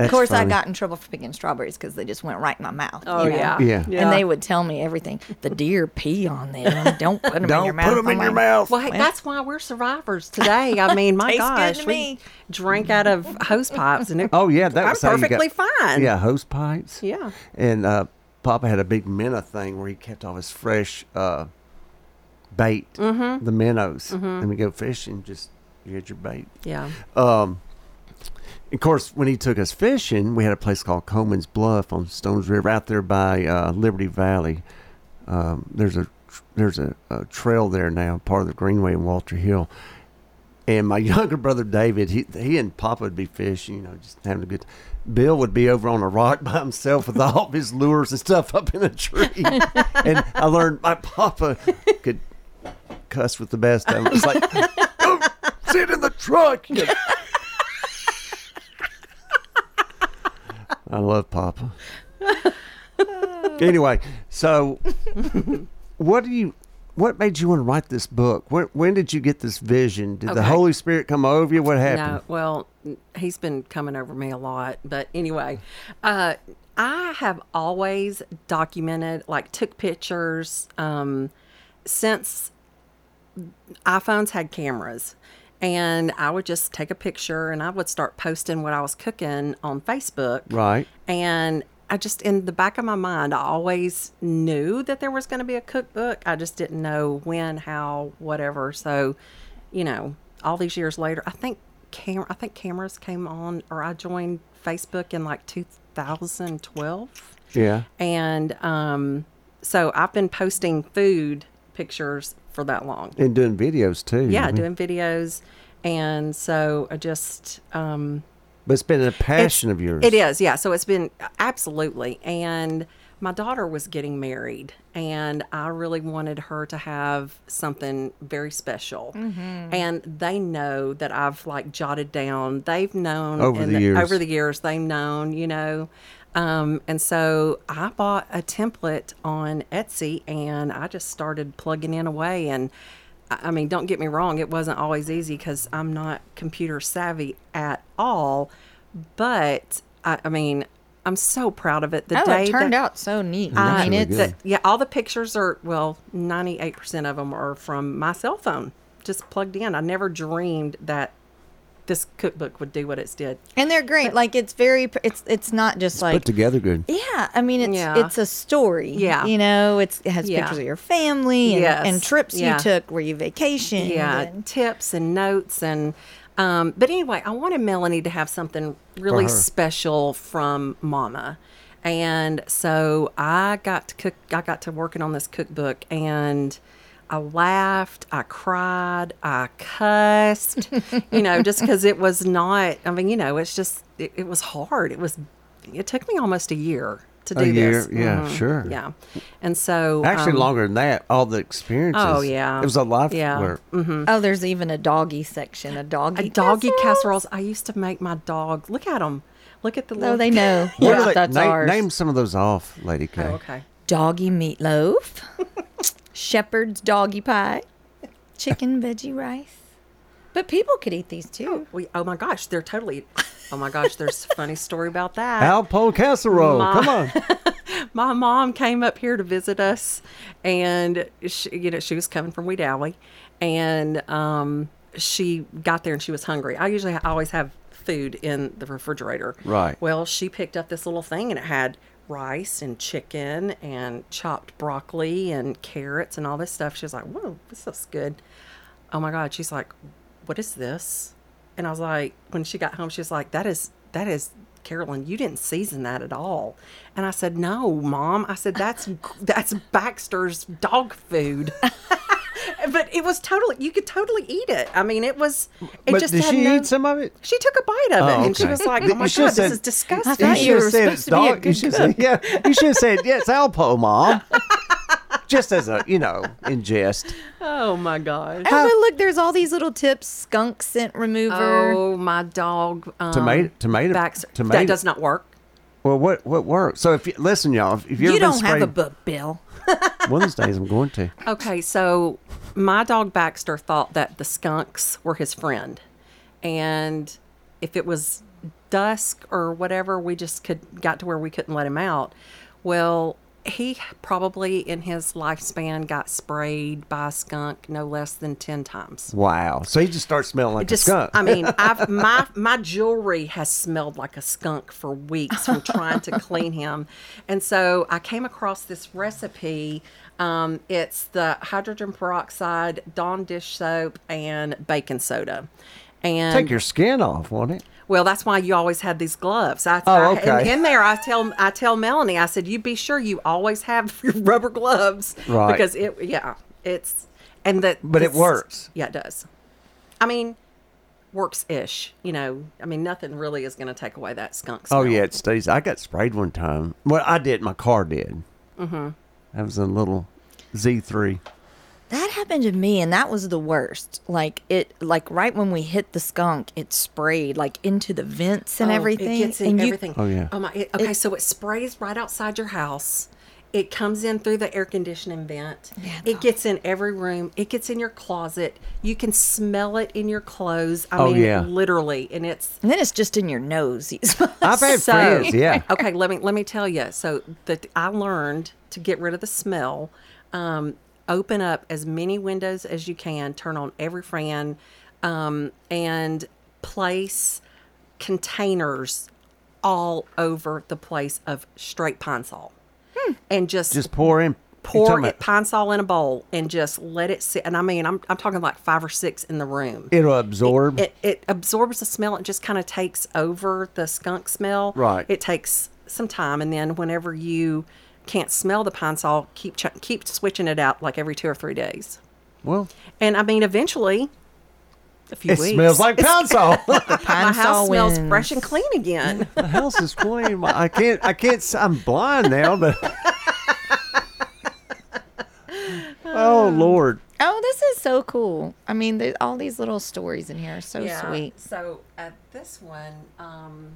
[SPEAKER 3] of course, I got in trouble for picking strawberries because they just went right in my mouth.
[SPEAKER 4] Oh
[SPEAKER 3] you know?
[SPEAKER 4] yeah.
[SPEAKER 2] Yeah.
[SPEAKER 3] And they would tell me everything. The deer pee on them. Don't put them in your
[SPEAKER 2] Don't
[SPEAKER 3] mouth.
[SPEAKER 2] put them
[SPEAKER 3] I'm
[SPEAKER 2] in your
[SPEAKER 3] like,
[SPEAKER 2] mouth.
[SPEAKER 4] Well, hey, that's why we're survivors today. I mean, my
[SPEAKER 3] Tastes good
[SPEAKER 4] gosh,
[SPEAKER 3] to
[SPEAKER 4] we
[SPEAKER 3] me.
[SPEAKER 4] drank out of hose pipes, and it,
[SPEAKER 2] Oh yeah, that
[SPEAKER 4] I'm
[SPEAKER 2] was how you got-
[SPEAKER 4] perfectly fine.
[SPEAKER 2] Yeah, hose pipes.
[SPEAKER 4] Yeah.
[SPEAKER 2] and uh, Papa had a big minnow thing where he kept all his fresh uh, bait,
[SPEAKER 3] Mm-hmm.
[SPEAKER 2] the minnows, and we go fishing. Just you had your bait.
[SPEAKER 4] yeah.
[SPEAKER 2] Of course, when he took us fishing, we had a place called Coleman's Bluff on Stones River, out there by uh, Liberty Valley. Um, there's a there's a, a trail there now, part of the Greenway in Walter Hill. And my younger brother David, he he and Papa would be fishing, you know, just having a good. Bill would be over on a rock by himself with all of his lures and stuff up in a tree. and I learned my Papa could cuss with the best of them. It's like, "Don't sit in the truck. you I love Papa. anyway, so what do you? What made you want to write this book? When, when did you get this vision? Did the
[SPEAKER 4] Okay.
[SPEAKER 2] Holy Spirit come over you? What happened?
[SPEAKER 4] No, well, n- he's been coming over me a lot, but anyway, uh, I have always documented, like, took pictures um, since iPhones had cameras. And I would just take a picture and I would start posting what I was cooking on Facebook.
[SPEAKER 2] Right.
[SPEAKER 4] And I just, in the back of my mind, I always knew that there was going to be a cookbook. I just didn't know when, how, whatever. So, you know, all these years later, I think camera, I think cameras came on, or I joined Facebook in like 2012
[SPEAKER 2] Yeah.
[SPEAKER 4] and um, so I've been posting food pictures for that long.
[SPEAKER 2] And doing videos too.
[SPEAKER 4] Yeah,
[SPEAKER 2] I mean,
[SPEAKER 4] doing videos, and so I just um,
[SPEAKER 2] But it's been a passion of yours.
[SPEAKER 4] it is, yeah. So it's been absolutely. And my daughter was getting married, and I really wanted her to have something very special.
[SPEAKER 2] Mm-hmm.
[SPEAKER 4] And they know that I've like jotted down. They've known
[SPEAKER 2] Over
[SPEAKER 4] in
[SPEAKER 2] the years.
[SPEAKER 4] over the years they've known, you know. Um, and so I bought a template on Etsy, and I just started plugging in away. And I I mean, don't get me wrong; it wasn't always easy because I'm not computer savvy at all. But I, I mean, I'm so proud of it. The
[SPEAKER 3] Oh,
[SPEAKER 4] day
[SPEAKER 3] it turned
[SPEAKER 4] that-
[SPEAKER 3] out so neat.
[SPEAKER 4] I-
[SPEAKER 3] I mean,
[SPEAKER 2] really
[SPEAKER 3] it's
[SPEAKER 2] good.
[SPEAKER 4] the- yeah, all the pictures are well, ninety eight percent of them are from my cell phone, just plugged in. I never dreamed that this cookbook would do what it's did.
[SPEAKER 3] and they're great. Like it's very, it's it's not just like
[SPEAKER 2] Put together good.
[SPEAKER 3] yeah. I mean, it's
[SPEAKER 4] Yeah.
[SPEAKER 3] it's a story.
[SPEAKER 4] Yeah.
[SPEAKER 3] you know, it's it has
[SPEAKER 4] Yeah.
[SPEAKER 3] pictures of your family and,
[SPEAKER 4] Yes.
[SPEAKER 3] and trips
[SPEAKER 4] Yeah.
[SPEAKER 3] you took where you vacationed.
[SPEAKER 4] yeah
[SPEAKER 3] and-
[SPEAKER 4] tips and notes and um, but anyway i wanted melanie to have something really
[SPEAKER 2] her.
[SPEAKER 4] special from mama and so i got to cook i got to working on this cookbook and i laughed i cried i cussed you know just because it was not i mean you know it's just it, it was hard it was it took me almost a year to do
[SPEAKER 2] A
[SPEAKER 4] this. Mm-hmm.
[SPEAKER 2] year, yeah, sure.
[SPEAKER 4] Yeah. And so
[SPEAKER 2] Actually,
[SPEAKER 4] um,
[SPEAKER 2] longer than that. All the experiences.
[SPEAKER 4] Oh, yeah.
[SPEAKER 2] it was a life
[SPEAKER 4] Yeah. Mm-hmm.
[SPEAKER 2] alert.
[SPEAKER 3] Oh, there's even a doggy section, a doggy.
[SPEAKER 4] Mm. a doggy
[SPEAKER 3] casserole.
[SPEAKER 4] casseroles. I used to make my dog. Look at them. Look at the little.
[SPEAKER 3] Oh, they know.
[SPEAKER 2] What
[SPEAKER 3] yeah,
[SPEAKER 2] are they-
[SPEAKER 3] that's
[SPEAKER 2] name,
[SPEAKER 3] ours.
[SPEAKER 2] name some of those off, Lady K.
[SPEAKER 4] Oh, okay.
[SPEAKER 3] Doggy meatloaf, shepherd's doggy pie, chicken veggie rice. But people could eat these too.
[SPEAKER 4] We, oh my gosh, they're totally. Oh my gosh, there's a funny story about that.
[SPEAKER 2] Alpo casserole.
[SPEAKER 4] Ma-
[SPEAKER 2] Come on.
[SPEAKER 4] my mom came up here to visit us, and she, you know she was coming from Weed Alley, and um, she got there and she was hungry. I usually I always have food in the refrigerator.
[SPEAKER 2] Right.
[SPEAKER 4] Well, she picked up this little thing and it had rice and chicken and chopped broccoli and carrots and all this stuff. She was like, "Whoa, this looks good." Oh my God! She's like, "What is this?" And I was like, when she got home, she was like, "That is that is." Carolyn, you didn't season that at all. And I said, "No, mom." I said, "That's that's Baxter's dog food." but it was totally you could totally eat it. I mean, it was it
[SPEAKER 2] but
[SPEAKER 4] just
[SPEAKER 2] did
[SPEAKER 4] had
[SPEAKER 2] she
[SPEAKER 4] no,
[SPEAKER 2] eat some of it?
[SPEAKER 4] she took a bite of it
[SPEAKER 2] Oh,
[SPEAKER 4] and she
[SPEAKER 2] okay.
[SPEAKER 4] was like,
[SPEAKER 2] You
[SPEAKER 4] "Oh my god,
[SPEAKER 2] should've
[SPEAKER 4] this
[SPEAKER 2] said-
[SPEAKER 4] is
[SPEAKER 3] I
[SPEAKER 4] disgusting."
[SPEAKER 3] thought you
[SPEAKER 2] should've
[SPEAKER 3] were
[SPEAKER 2] said
[SPEAKER 3] supposed to be a
[SPEAKER 2] You
[SPEAKER 3] good
[SPEAKER 2] should have said, yeah. You should have said yes, Alpo, mom. Just as a you know, in jest.
[SPEAKER 4] Oh my gosh.
[SPEAKER 3] Oh, but look, there's all these little tips: skunk scent remover.
[SPEAKER 4] Oh my dog. Um,
[SPEAKER 2] Tomato- tomato-
[SPEAKER 4] Baxter.
[SPEAKER 2] tomato-
[SPEAKER 4] That does not work.
[SPEAKER 2] Well, what what works? So if you, listen, y'all, if, if you're
[SPEAKER 3] you
[SPEAKER 2] been
[SPEAKER 3] don't have a
[SPEAKER 2] sprayed-
[SPEAKER 3] book, Bill.
[SPEAKER 2] one of these days, I'm going to.
[SPEAKER 4] Okay, so my dog Baxter thought that the skunks were his friend, and if it was dusk or whatever, we just could got to where we couldn't let him out. Well, he probably in his lifespan got sprayed by a skunk no less than ten times.
[SPEAKER 2] Wow. So he just starts smelling like
[SPEAKER 4] Just,
[SPEAKER 2] a skunk.
[SPEAKER 4] I mean, I've, my my jewelry has smelled like a skunk for weeks from trying to clean him, and so I came across this recipe. Um, it's the hydrogen peroxide, Dawn dish soap, and baking soda. And
[SPEAKER 2] Take your skin off, won't it?
[SPEAKER 4] well, that's why you always had these gloves. I,
[SPEAKER 2] Oh,
[SPEAKER 4] I-
[SPEAKER 2] okay.
[SPEAKER 4] in, in there, I tell I tell Melanie, I said, you be sure you always have your rubber gloves,
[SPEAKER 2] Right.
[SPEAKER 4] Because it, yeah, it's and that,
[SPEAKER 2] But it
[SPEAKER 4] it's-
[SPEAKER 2] works.
[SPEAKER 4] Yeah, it does. I mean, works ish. You know, I mean, nothing really is going to take away that skunk. Smell.
[SPEAKER 2] Oh yeah, it stays. I got sprayed one time. Well, I did. My car did. Mm-hmm. I was in a little Z3.
[SPEAKER 3] That happened to me, and that was the worst. Like it, like right when we hit the skunk, it sprayed like into the vents and
[SPEAKER 4] Oh,
[SPEAKER 3] everything.
[SPEAKER 4] It gets in
[SPEAKER 3] and you-
[SPEAKER 4] everything.
[SPEAKER 2] Oh, yeah.
[SPEAKER 4] Oh my. It, okay, so it sprays right outside your house. It comes in through the air conditioning vent. it gets in every room. It gets in your closet. You can smell it in your clothes. I
[SPEAKER 2] Oh,
[SPEAKER 4] mean,
[SPEAKER 2] yeah.
[SPEAKER 4] literally, and it's
[SPEAKER 3] and then it's just in your nose.
[SPEAKER 2] I've had
[SPEAKER 4] so,
[SPEAKER 2] friends. Yeah.
[SPEAKER 4] okay, let me let me tell you. So that I learned to get rid of the smell. Um, open up as many windows as you can. Turn on every fan, um, and place containers all over the place of straight pine salt, and just
[SPEAKER 2] Hmm. Just pour in. you're
[SPEAKER 4] pour
[SPEAKER 2] talking
[SPEAKER 4] it,
[SPEAKER 2] about-
[SPEAKER 4] pine salt in a bowl and just let it sit. And I mean, I'm I'm talking like five or six in the room
[SPEAKER 2] It'll absorb.
[SPEAKER 4] it, it absorbs the smell and just kind of takes over the skunk smell.
[SPEAKER 2] Right.
[SPEAKER 4] It takes some time, and then whenever you can't smell the pine sol, keep ch- keep switching it out like every two or three days.
[SPEAKER 2] well,
[SPEAKER 4] And I mean, eventually, a few
[SPEAKER 2] it
[SPEAKER 4] weeks.
[SPEAKER 2] smells like pound salt.
[SPEAKER 4] my house smells
[SPEAKER 3] wins.
[SPEAKER 4] fresh and clean again.
[SPEAKER 2] the house is clean. My- I can't. I can't. s- I'm blind now, but. oh Lord.
[SPEAKER 3] Oh, this is so cool. I mean, there's all these little stories in here are so sweet.
[SPEAKER 4] So uh, this one, um,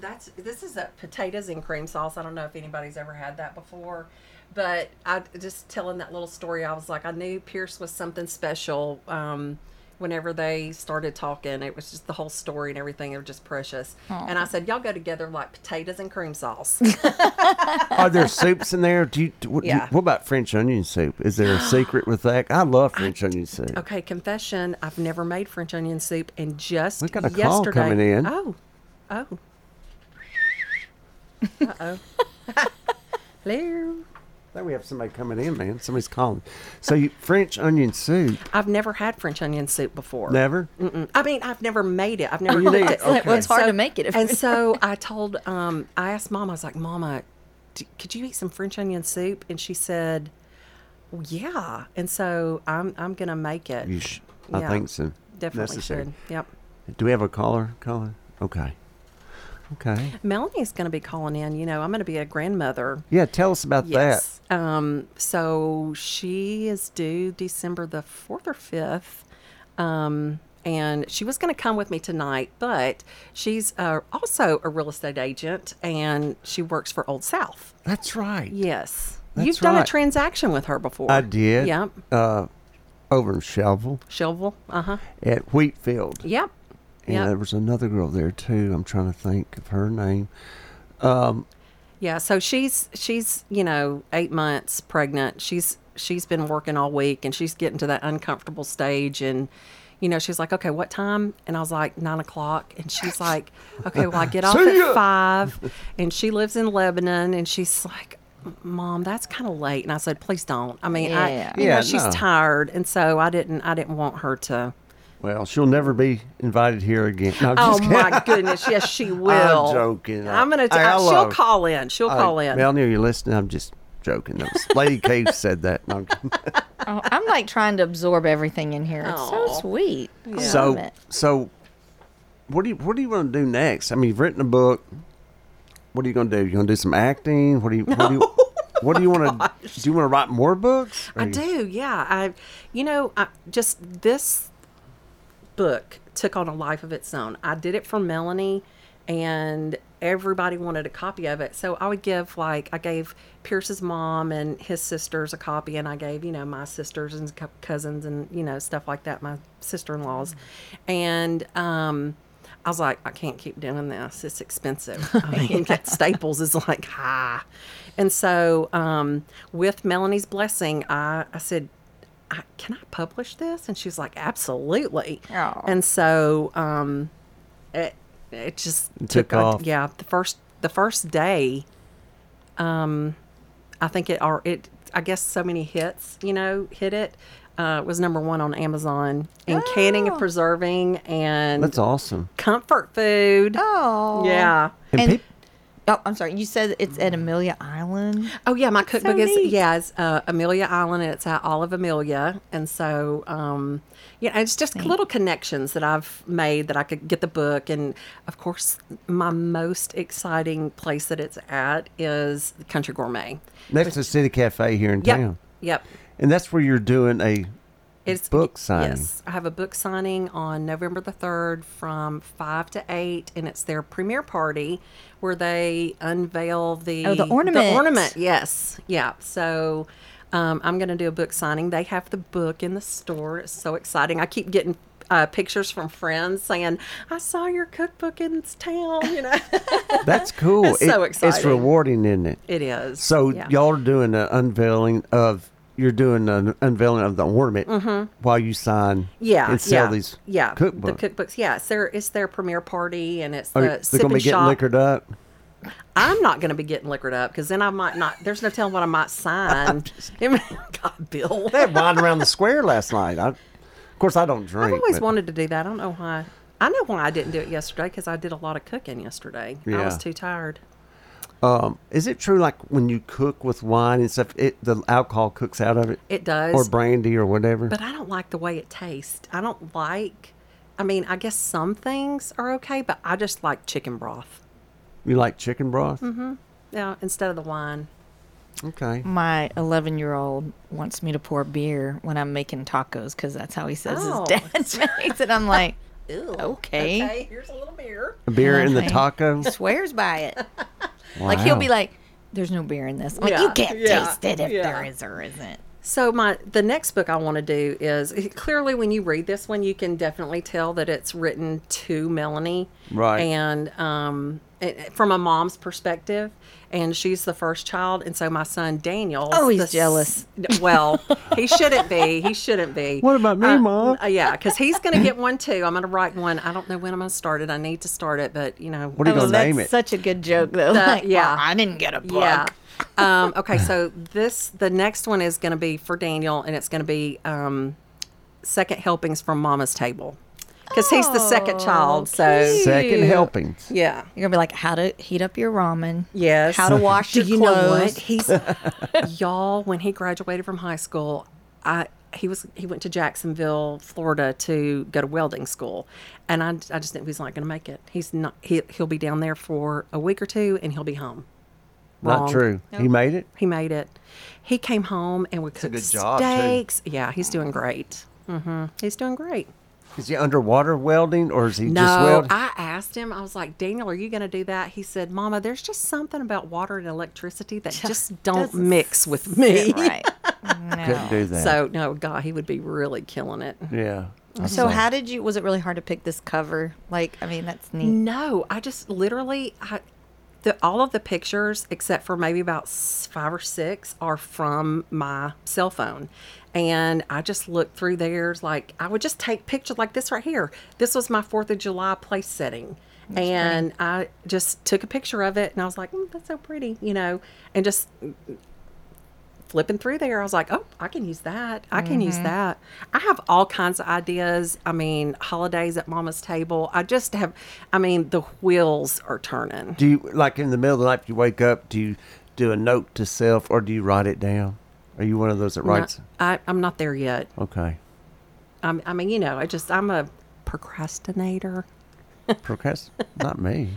[SPEAKER 4] that's this is a potatoes and cream sauce. I don't know if anybody's ever had that before, but I just telling that little story. I was like, I knew Pierce was something special. Um, whenever they started talking, it was just the whole story and everything. They were just precious. And I said, y'all go together like potatoes and cream sauce.
[SPEAKER 2] Are there soups in there? Do you? do- what, do you-
[SPEAKER 4] Yeah.
[SPEAKER 2] what about French onion soup? Is there a secret with that? I love French onion soup.
[SPEAKER 4] okay, confession. I've never made French onion soup, and just
[SPEAKER 2] We got a
[SPEAKER 4] yesterday,
[SPEAKER 2] call coming in.
[SPEAKER 4] Oh, oh. Uh oh. Hello.
[SPEAKER 2] I think we have somebody coming in, man. Somebody's calling. So you, French onion soup?
[SPEAKER 4] I've never had French onion soup before.
[SPEAKER 2] Never.
[SPEAKER 4] Mm-mm. I mean, I've never made it. I've never
[SPEAKER 2] you
[SPEAKER 4] cooked
[SPEAKER 2] need-
[SPEAKER 4] it.
[SPEAKER 2] okay. Well,
[SPEAKER 3] it's hard to make it if
[SPEAKER 4] and
[SPEAKER 3] you're
[SPEAKER 4] so I told, um, I asked Mom. I was like, Mama, d- could you eat some French onion soup? And she said, well, Yeah. And so I'm I'm gonna make it.
[SPEAKER 2] You sh- I
[SPEAKER 4] Yeah.
[SPEAKER 2] think so.
[SPEAKER 4] Definitely
[SPEAKER 2] Necessary.
[SPEAKER 4] should. Yep.
[SPEAKER 2] Do we have a caller? Caller? Okay. Okay.
[SPEAKER 4] Melanie's going to be calling in. You know, I'm going to be a grandmother.
[SPEAKER 2] Yeah, tell us about
[SPEAKER 4] Yes. Um, so she is due December the 4th or 5th. Um, and she was going to come with me tonight, but she's uh, also a real estate agent and she works for Old South.
[SPEAKER 2] that. That's right.
[SPEAKER 4] Yes.
[SPEAKER 2] That's
[SPEAKER 4] You've done
[SPEAKER 2] right.
[SPEAKER 4] a transaction with her before.
[SPEAKER 2] I did.
[SPEAKER 4] Yep.
[SPEAKER 2] Uh, over in Shelville
[SPEAKER 4] Shovel. Uh huh.
[SPEAKER 2] at Wheatfield.
[SPEAKER 4] Yep.
[SPEAKER 2] And
[SPEAKER 4] Yep.
[SPEAKER 2] there was another girl there too. I'm trying to think of her name. Um,
[SPEAKER 4] Yeah, so she's she's you know eight months pregnant. She's she's been working all week and she's getting to that uncomfortable stage and. You know, she's like, okay, what time? And I was like, nine o'clock. And she's like, okay, well, I get off
[SPEAKER 2] See
[SPEAKER 4] at
[SPEAKER 2] ya.
[SPEAKER 4] five. And she lives in Lebanon. And she's like, mom, that's kind of late. And I said, please don't. I mean,
[SPEAKER 3] Yeah.
[SPEAKER 4] I, you
[SPEAKER 2] Yeah,
[SPEAKER 4] know, she's
[SPEAKER 2] no.
[SPEAKER 4] tired. And so I didn't, I didn't want her to.
[SPEAKER 2] well, she'll never be invited here again. No, I'm
[SPEAKER 4] Oh
[SPEAKER 2] just kidding.
[SPEAKER 4] my goodness. Yes, she will.
[SPEAKER 2] joking.
[SPEAKER 4] I'm going to,
[SPEAKER 2] Hey, I
[SPEAKER 4] she'll
[SPEAKER 2] love-
[SPEAKER 4] call in. She'll
[SPEAKER 2] Uh,
[SPEAKER 4] call in.
[SPEAKER 2] Melanie, are you listening? I'm just joking. That was- Lady Cave said that. No, I'm kidding.
[SPEAKER 3] Oh, I'm like trying to absorb everything in here. It's so
[SPEAKER 4] Aw.
[SPEAKER 3] sweet. I love
[SPEAKER 2] so,
[SPEAKER 3] it.
[SPEAKER 2] so, what do you what do you want to do next? I mean, you've written a book. What are you going to do? You going to do some acting? What do you? What do you? What do you want to? Do you want to write more books? Or
[SPEAKER 4] Oh, I
[SPEAKER 2] you-
[SPEAKER 4] do, yeah. I, you know, I just this book took on a life of its own. I did it for Melanie, and everybody wanted a copy of it. So I would give like I gave Pierce's mom and his sisters a copy, and I gave you know my sisters and cou- cousins and you know stuff like that, my sister-in-laws, and um. I was like, I can't keep doing this. It's expensive. I mean, at Staples is like high. And so, um, with Melanie's blessing, I, I said, I, can I publish this? And she's like, absolutely.
[SPEAKER 3] Aw.
[SPEAKER 4] And so, um, it, it just
[SPEAKER 2] took
[SPEAKER 4] a-
[SPEAKER 2] off.
[SPEAKER 4] yeah, the first the first day, um, I think it are it. I guess so many hits, you know, hit it. Uh, it was number one on Amazon in canning and preserving and
[SPEAKER 2] That's awesome.
[SPEAKER 4] comfort food.
[SPEAKER 3] Oh.
[SPEAKER 4] Yeah.
[SPEAKER 2] And,
[SPEAKER 3] And-
[SPEAKER 2] peop-
[SPEAKER 3] Oh, I'm sorry. You said it's at Amelia Island.
[SPEAKER 4] Oh yeah, my cookbook
[SPEAKER 3] so
[SPEAKER 4] is
[SPEAKER 3] neat.
[SPEAKER 4] yeah, it's uh, Amelia Island, and it's at Olive Amelia, and so um, yeah, it's just little connections that I've made that I could get the book, and of course, my most exciting place that it's at is Country Gourmet.
[SPEAKER 2] next to City Cafe here in
[SPEAKER 4] Yep,
[SPEAKER 2] town,
[SPEAKER 4] yep.
[SPEAKER 2] and that's where you're doing a
[SPEAKER 4] It's
[SPEAKER 2] book signing.
[SPEAKER 4] Yes, I have a book signing on November the third from five to eight, and it's their premiere party where they unveil the
[SPEAKER 3] Oh, the ornament.
[SPEAKER 4] The ornament, yes, yeah. So. Um, I'm going to do a book signing. They have the book in the store. It's so exciting. I keep getting uh, pictures from friends saying, "I saw your cookbook in this town." You know,
[SPEAKER 2] That's cool.
[SPEAKER 4] It's so
[SPEAKER 2] It's
[SPEAKER 4] exciting.
[SPEAKER 2] rewarding, isn't it?
[SPEAKER 4] it is.
[SPEAKER 2] So
[SPEAKER 4] yeah.
[SPEAKER 2] y'all are doing an unveiling of you're doing an unveiling of the ornament while you sign
[SPEAKER 4] Mm-hmm. yeah,
[SPEAKER 2] and sell
[SPEAKER 4] yeah,
[SPEAKER 2] these
[SPEAKER 4] yeah
[SPEAKER 2] cookbooks.
[SPEAKER 4] the cookbooks. Yeah, it's their it's their premiere party, and it's
[SPEAKER 2] Are
[SPEAKER 4] the
[SPEAKER 2] they
[SPEAKER 4] sip
[SPEAKER 2] gonna be
[SPEAKER 4] and
[SPEAKER 2] getting
[SPEAKER 4] shop.
[SPEAKER 2] liquored up?
[SPEAKER 4] I'm not going to be getting liquored up because then I might not. There's no telling what I might sign. God, Bill.
[SPEAKER 2] They had wine around the square last night. I, of course, I don't drink.
[SPEAKER 4] I've always
[SPEAKER 2] but-
[SPEAKER 4] wanted to do that. I don't know why. I know why I didn't do it yesterday because I did a lot of cooking yesterday. I
[SPEAKER 2] Yeah.
[SPEAKER 4] was too tired.
[SPEAKER 2] Um, is it true, like when you cook with wine and stuff, it the alcohol cooks out of it?
[SPEAKER 4] It does.
[SPEAKER 2] or brandy or whatever.
[SPEAKER 4] But I don't like the way it tastes. I don't like. I mean, I guess some things are okay, but I just like chicken broth.
[SPEAKER 2] you like chicken broth? Mm-hmm.
[SPEAKER 4] Yeah, instead of the wine.
[SPEAKER 2] Okay.
[SPEAKER 3] My 11 year old wants me to pour beer when I'm making tacos because that's how he says
[SPEAKER 4] Oh.
[SPEAKER 3] his dad makes it. I'm like, okay.
[SPEAKER 4] Okay, here's a little beer.
[SPEAKER 2] A beer in the
[SPEAKER 3] Okay.
[SPEAKER 2] taco.
[SPEAKER 3] swears by it. Like he'll be
[SPEAKER 2] Wow.
[SPEAKER 3] like, "There's no beer in this." I'm like,
[SPEAKER 4] Yeah,
[SPEAKER 3] you can't
[SPEAKER 4] yeah,
[SPEAKER 3] taste it if
[SPEAKER 4] yeah.
[SPEAKER 3] there is or isn't.
[SPEAKER 4] So my the next book I want to do is eh, clearly when you read this one, you can definitely tell that it's written to Melanie,
[SPEAKER 2] Right.
[SPEAKER 4] And um, it, from a mom's perspective, and she's the first child, and so my son Daniel.
[SPEAKER 3] Oh, he's
[SPEAKER 4] the s-
[SPEAKER 3] jealous.
[SPEAKER 4] well, he shouldn't be. He shouldn't be.
[SPEAKER 2] What about me,
[SPEAKER 4] Uh,
[SPEAKER 2] Mom?
[SPEAKER 4] uh, yeah, because he's going to get one too. I'm going to write one. I don't know when I'm going to start it. I need to start it, but you know,
[SPEAKER 2] What are you
[SPEAKER 3] Oh,
[SPEAKER 2] gonna
[SPEAKER 3] that's
[SPEAKER 2] name it?
[SPEAKER 3] such a good joke though.
[SPEAKER 4] The-
[SPEAKER 3] like,
[SPEAKER 4] yeah.
[SPEAKER 3] "Well, I didn't get a book.
[SPEAKER 4] yeah. um, okay, so this the next one is going to be for Daniel, and it's going to be um, second helpings from Mama's table because he's the second child. So
[SPEAKER 2] Second helping.
[SPEAKER 4] yeah.
[SPEAKER 3] You're gonna be like, "How to heat up your ramen?
[SPEAKER 4] Yes.
[SPEAKER 3] How to wash
[SPEAKER 4] Do
[SPEAKER 3] your
[SPEAKER 4] you know what?
[SPEAKER 3] clothes?"
[SPEAKER 4] He's y'all. When he graduated from high school, I he was he went to Jacksonville, Florida to go to welding school, and I, I just knew he's not going to make it. He's not he he'll be down there for a week or two and he'll be home.
[SPEAKER 2] Not
[SPEAKER 4] Wrong.
[SPEAKER 2] true. He made it.
[SPEAKER 4] He made it. He came home and we cooked
[SPEAKER 2] good job, too.
[SPEAKER 4] steaks. Yeah, he's doing great. hmm He's doing great.
[SPEAKER 2] Is he underwater welding or is he just
[SPEAKER 4] No,
[SPEAKER 2] welding?
[SPEAKER 4] I asked him. I was like, Daniel, are you going to do that? He said, Mama, there's just something about water and electricity that just don't
[SPEAKER 3] doesn't
[SPEAKER 4] mix with me.
[SPEAKER 3] right.
[SPEAKER 2] Couldn't
[SPEAKER 3] No.
[SPEAKER 2] do that.
[SPEAKER 4] So no, God, he would be really killing it.
[SPEAKER 2] yeah.
[SPEAKER 3] So how did you? Was it really hard to pick this cover? Like, I mean, that's neat.
[SPEAKER 4] No, I just literally, I, the, all of the pictures except for maybe about s- five or six are from my cell phone, and I just looked through theirs. Like I would just take pictures like this right here. This was my Fourth of July place setting. and I just took a picture of it and I was like, mm, that's so pretty, you know, and just flipping through there, I was like, oh, I can use that. I can
[SPEAKER 3] Mm-hmm.
[SPEAKER 4] use that. I have all kinds of ideas. I mean, holidays at mama's table. I just have, I mean, the wheels are turning.
[SPEAKER 2] Do you like in the middle of the night? Do you wake up? Do you do a note to self or do you write it down? Are you one of those that writes?
[SPEAKER 4] Not- I, I'm not there yet.
[SPEAKER 2] Okay.
[SPEAKER 4] I'm, I mean, you know, I just, I'm a procrastinator.
[SPEAKER 2] Procrast? Not me.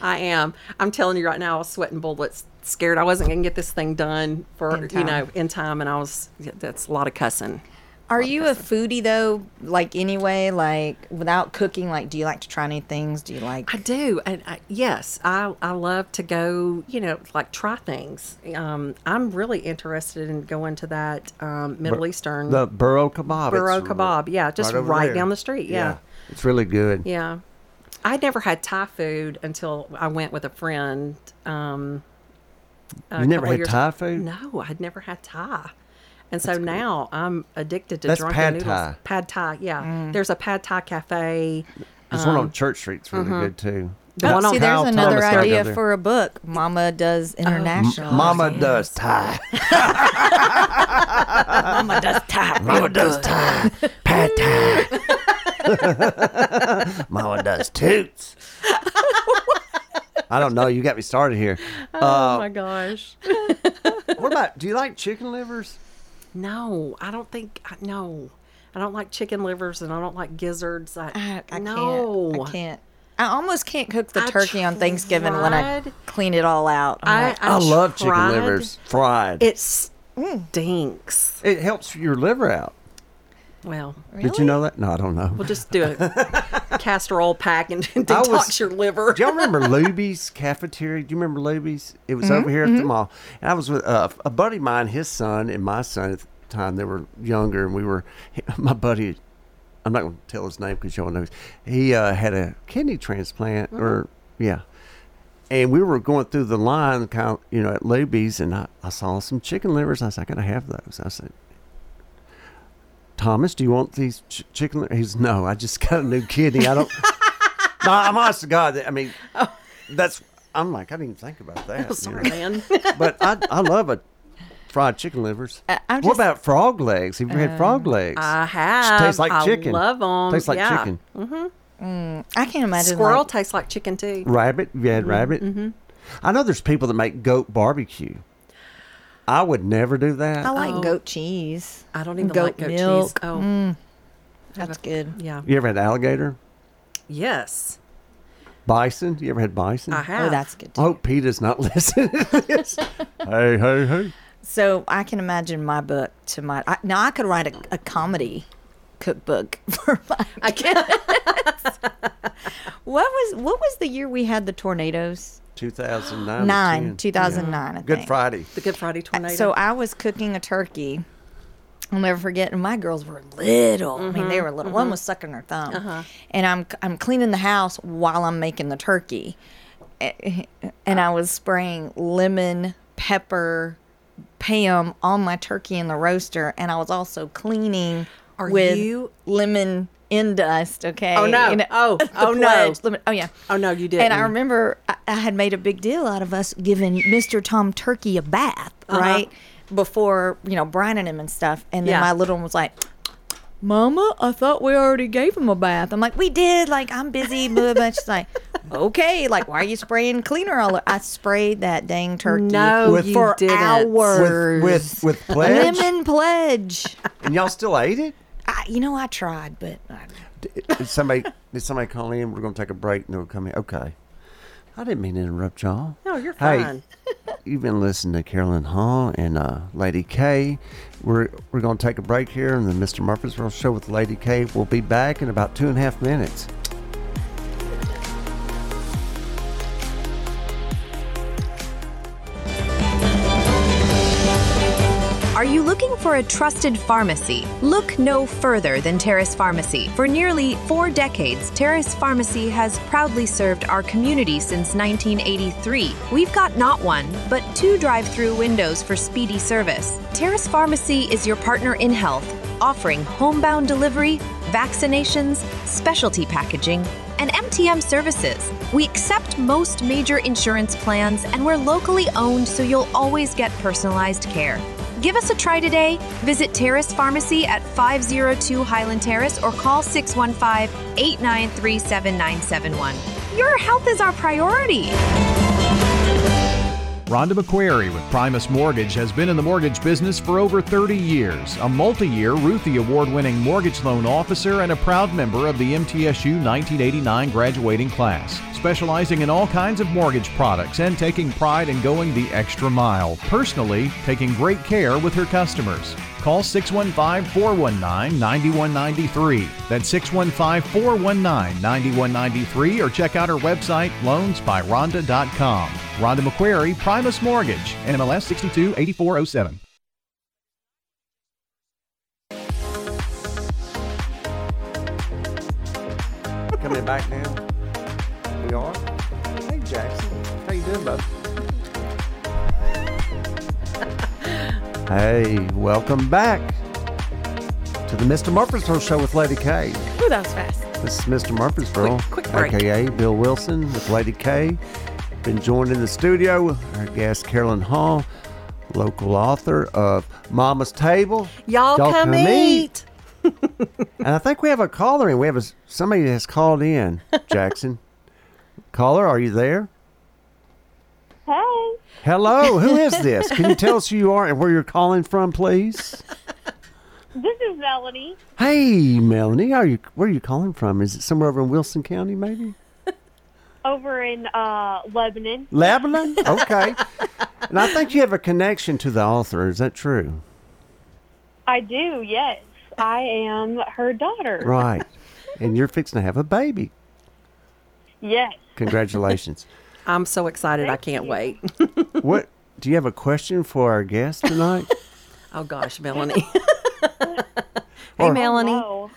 [SPEAKER 4] I am. I'm telling you right now, I was sweating bullets, scared I wasn't going to get this thing done for,
[SPEAKER 3] In
[SPEAKER 4] you know,
[SPEAKER 3] time.
[SPEAKER 4] in time. And I was, that's a lot of cussing.
[SPEAKER 3] Are you a foodie though? Like anyway, like without cooking, like do you like to try new things? Do you like?
[SPEAKER 4] I do, and I, yes, I I love to go. You know, like try things. Um, I'm really interested in going to that um, Middle Eastern
[SPEAKER 2] The burro kebab.
[SPEAKER 4] burro
[SPEAKER 2] It's r-
[SPEAKER 4] kebab. Yeah, just right,
[SPEAKER 2] over there.
[SPEAKER 4] down the street. Yeah,
[SPEAKER 2] It's really good.
[SPEAKER 4] yeah. I never had Thai food until I went with a friend. Um, a
[SPEAKER 2] You never
[SPEAKER 4] couple
[SPEAKER 2] had
[SPEAKER 4] years-
[SPEAKER 2] Thai food?
[SPEAKER 4] No, I'd never had Thai. And so now I'm addicted to
[SPEAKER 2] That's
[SPEAKER 4] drunken
[SPEAKER 2] pad
[SPEAKER 4] noodles.
[SPEAKER 2] Thai.
[SPEAKER 4] Pad Thai, yeah. There's a pad Thai cafe.
[SPEAKER 2] There's one on Church Street's really good too.
[SPEAKER 4] The Um, mm-hmm. one on
[SPEAKER 3] See,
[SPEAKER 2] Kyle
[SPEAKER 3] there's another
[SPEAKER 2] Thomas got
[SPEAKER 3] idea
[SPEAKER 2] together.
[SPEAKER 3] for a book. Mama does
[SPEAKER 4] Oh.
[SPEAKER 3] international.
[SPEAKER 2] Mama does Thai.
[SPEAKER 3] Mama does Thai.
[SPEAKER 2] Mama does Thai. Pad Thai. Mama does toots. I don't know. You got me started here. Uh,
[SPEAKER 4] oh my gosh.
[SPEAKER 2] What about? Do you like chicken livers?
[SPEAKER 4] No, I don't think. I- No, I don't like chicken livers and I don't like gizzards. I,
[SPEAKER 3] I, I
[SPEAKER 4] no,
[SPEAKER 3] can't. I can't. I almost can't cook the
[SPEAKER 4] I
[SPEAKER 3] turkey on Thanksgiving when I
[SPEAKER 4] tried-
[SPEAKER 3] clean it all out. I'm like,
[SPEAKER 2] I, love
[SPEAKER 4] tried-
[SPEAKER 2] chicken livers fried. It,
[SPEAKER 4] It
[SPEAKER 3] Mm.
[SPEAKER 4] stinks.
[SPEAKER 2] helps your liver out.
[SPEAKER 4] Well,
[SPEAKER 2] Did you know that? No, I don't know.
[SPEAKER 4] we'll just do a casserole pack and
[SPEAKER 2] I
[SPEAKER 4] detox
[SPEAKER 2] was-
[SPEAKER 4] your liver.
[SPEAKER 2] Do y'all remember Luby's cafeteria? Do you remember Luby's? It was over here at the mall. And I was with uh, a buddy of mine, his son, and my son at the time. They were younger, and we were. My buddy, I'm not going to tell his name because y'all know. He uh, had a kidney transplant, or yeah. And we were going through the line, kind of, you know, at Luby's, and I, I saw some chicken livers. And I said, "I got to have those." I said, Thomas, do you want these ch- chicken? li-" He's no, I just got a new kidney. I don't. no, I'm honest to God. that- I mean, that's. I'm like, I didn't even think about that. you
[SPEAKER 4] Sorry,
[SPEAKER 2] know.
[SPEAKER 4] man.
[SPEAKER 2] But I, I love a fried chicken livers.
[SPEAKER 4] Uh,
[SPEAKER 3] I- I'm
[SPEAKER 2] what
[SPEAKER 3] just-
[SPEAKER 2] about frog legs? Have you had frog legs?
[SPEAKER 4] Um, I have.
[SPEAKER 2] Tastes like
[SPEAKER 4] I
[SPEAKER 2] chicken.
[SPEAKER 4] Love them.
[SPEAKER 2] Tastes like
[SPEAKER 4] yeah. Mm-hmm.
[SPEAKER 2] chicken.
[SPEAKER 3] I can't imagine.
[SPEAKER 4] Squirrel
[SPEAKER 3] like-
[SPEAKER 4] tastes like chicken too.
[SPEAKER 2] Rabbit. Have you had rabbit? Mm-hmm. I know there's people that make goat barbecue. I would never do that.
[SPEAKER 3] I like goat cheese.
[SPEAKER 4] Oh. I don't even like goat cheese.
[SPEAKER 3] milk. Mm.
[SPEAKER 4] Oh,
[SPEAKER 3] That's good.
[SPEAKER 4] yeah.
[SPEAKER 2] you ever had alligator?
[SPEAKER 4] Yes,
[SPEAKER 2] Bison? You ever had bison?
[SPEAKER 4] I have.
[SPEAKER 3] Oh, that's good.
[SPEAKER 2] I
[SPEAKER 3] Too.
[SPEAKER 2] hope Peter's not listening to this. hey, hey, hey.
[SPEAKER 3] So I can imagine my book to my. I, now I could write a, a comedy cookbook for my.
[SPEAKER 4] I can't.
[SPEAKER 3] What was what was the year we had the tornadoes?
[SPEAKER 2] 2009. or
[SPEAKER 3] Nine,
[SPEAKER 2] 10.
[SPEAKER 3] two thousand nine. I think.
[SPEAKER 2] Good Friday.
[SPEAKER 4] The Good Friday tornado.
[SPEAKER 3] Uh, So I was cooking a turkey. I'll never forget. And my girls were little. I mean, they
[SPEAKER 4] Mm-hmm.
[SPEAKER 3] were little. One was sucking her thumb,
[SPEAKER 4] Uh-huh.
[SPEAKER 3] and I'm I'm cleaning the house while I'm making the turkey, Eh, and I was spraying lemon pepper, Pam on my turkey in the roaster, and I was also cleaning
[SPEAKER 4] Are
[SPEAKER 3] with
[SPEAKER 4] you-
[SPEAKER 3] lemon in dust. Okay.
[SPEAKER 4] Oh, no.
[SPEAKER 3] You know,
[SPEAKER 4] Oh,
[SPEAKER 3] the
[SPEAKER 4] oh, no.
[SPEAKER 3] pledge, lemon- oh yeah.
[SPEAKER 4] Oh, no, you
[SPEAKER 3] And I
[SPEAKER 4] didn't.
[SPEAKER 3] remember I, I had made a big deal out of us giving Mr. Tom Turkey a bath, right? Before, you know, brining him and stuff. And then
[SPEAKER 4] Yeah.
[SPEAKER 3] my little one was like, Mama, I thought we already gave him a bath. I'm like, we did. Like, I'm busy. Blah, blah, blah. She's like, okay, like why are you spraying cleaner all over? I sprayed that dang turkey
[SPEAKER 4] No,
[SPEAKER 3] with,
[SPEAKER 4] you
[SPEAKER 3] for
[SPEAKER 4] didn't.
[SPEAKER 2] With-
[SPEAKER 3] hours.
[SPEAKER 2] with- with pledge?
[SPEAKER 3] Lemon pledge.
[SPEAKER 2] and y'all still ate it?
[SPEAKER 3] I, you know, I tried, but I,
[SPEAKER 2] Did somebody did somebody call in? We're gonna take a break and they'll come in. Okay. I didn't mean to interrupt y'all.
[SPEAKER 4] No, you're fine.
[SPEAKER 2] Hey, you've been listening to Carolyn Hall and uh, Lady K. We're we're gonna take a break here and the Mr. Murfreesboro show with Lady K. We'll be back in about two and a half minutes.
[SPEAKER 7] Are you looking for a trusted pharmacy? Look no further than Terrace Pharmacy. For nearly four decades, Terrace Pharmacy has proudly served our community since 1983. We've got not one, but two drive through windows for speedy service. Terrace Pharmacy is your partner in health, offering homebound delivery, vaccinations, specialty packaging, and MTM services. We accept most major insurance plans and we're locally owned, so you'll always get personalized care. Give us a try today. Visit Terrace Pharmacy at 502 Highland Terrace or call 615 893 7971. Your health is our priority.
[SPEAKER 8] Rhonda McQuarrie with Primus Mortgage has been in the mortgage business for over 30 years, a multi year Ruthie Award winning mortgage loan officer and a proud member of the MTSU 1989 graduating class. Specializing in all kinds of mortgage products and taking pride in going the extra mile, personally taking great care with her customers. Call 615 419 9193. That's 615 419 9193 or check out our website loansbyronda.com. Rhonda McQuarrie, Primus Mortgage, NMLS 628407.
[SPEAKER 2] Coming back now. We are. Hey Jackson. How you doing, bud? hey, welcome back to the Mr. Murfreesboro show with Lady K.
[SPEAKER 3] who that was fast.
[SPEAKER 2] This is Mr. Murfreesboro,
[SPEAKER 4] Quick- quick break.
[SPEAKER 2] aka Bill Wilson with Lady K. Been joined in the studio with our guest Carolyn Hall, local author of Mama's Table.
[SPEAKER 4] Y'all, come, eat.
[SPEAKER 2] And I think we have a caller in. We have a, somebody has called in. Jackson, caller, are you there?
[SPEAKER 9] Hey,
[SPEAKER 2] Hello, who is this? Can you tell us who you are and where you're calling from, please?
[SPEAKER 9] this is Melanie.
[SPEAKER 2] Hey, Melanie, how are you? Where are you calling from? Is it somewhere over in Wilson County, maybe?
[SPEAKER 9] Over in uh, Lebanon,
[SPEAKER 2] Lebanon? Okay. and I think you have a connection to the author. Is that true?
[SPEAKER 9] I do. Yes, I am her daughter.
[SPEAKER 2] Right. and you're fixing to have a baby.
[SPEAKER 9] Yes.
[SPEAKER 2] Congratulations.
[SPEAKER 4] I'm so excited. I can't wait.
[SPEAKER 2] what do you have a question for our guest tonight?
[SPEAKER 4] Oh, gosh, Melanie. hey, Melanie.
[SPEAKER 9] Hello.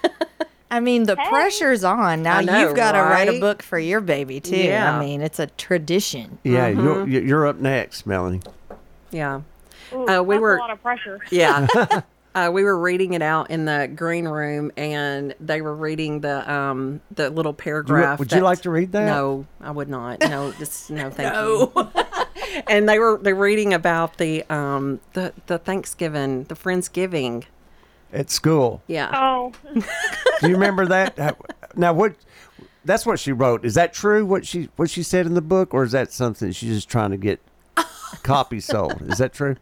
[SPEAKER 3] I mean, the pressure's on. Now
[SPEAKER 4] I know,
[SPEAKER 3] you've got to write a
[SPEAKER 4] right?
[SPEAKER 3] book for your baby, too.
[SPEAKER 4] Yeah.
[SPEAKER 3] I mean, it's a tradition.
[SPEAKER 2] Yeah, you're you're you're up next, Melanie.
[SPEAKER 4] Yeah.
[SPEAKER 9] Ooh,
[SPEAKER 4] Uh, we
[SPEAKER 9] that's
[SPEAKER 4] were-
[SPEAKER 9] a lot of pressure.
[SPEAKER 4] Yeah. uh, we were reading it out in the green room, and they were reading the um the little paragraph.
[SPEAKER 2] would you like to read that?
[SPEAKER 4] No, I would not. No, just no, thank you. and they were they're reading about the um the the Thanksgiving, the Friendsgiving.
[SPEAKER 2] At school.
[SPEAKER 4] Yeah.
[SPEAKER 9] Oh,
[SPEAKER 2] Do you remember that? How- Now what that's what she wrote. Is that true what she what she said in the book or is that something she's just trying to get copy sold? Is that true?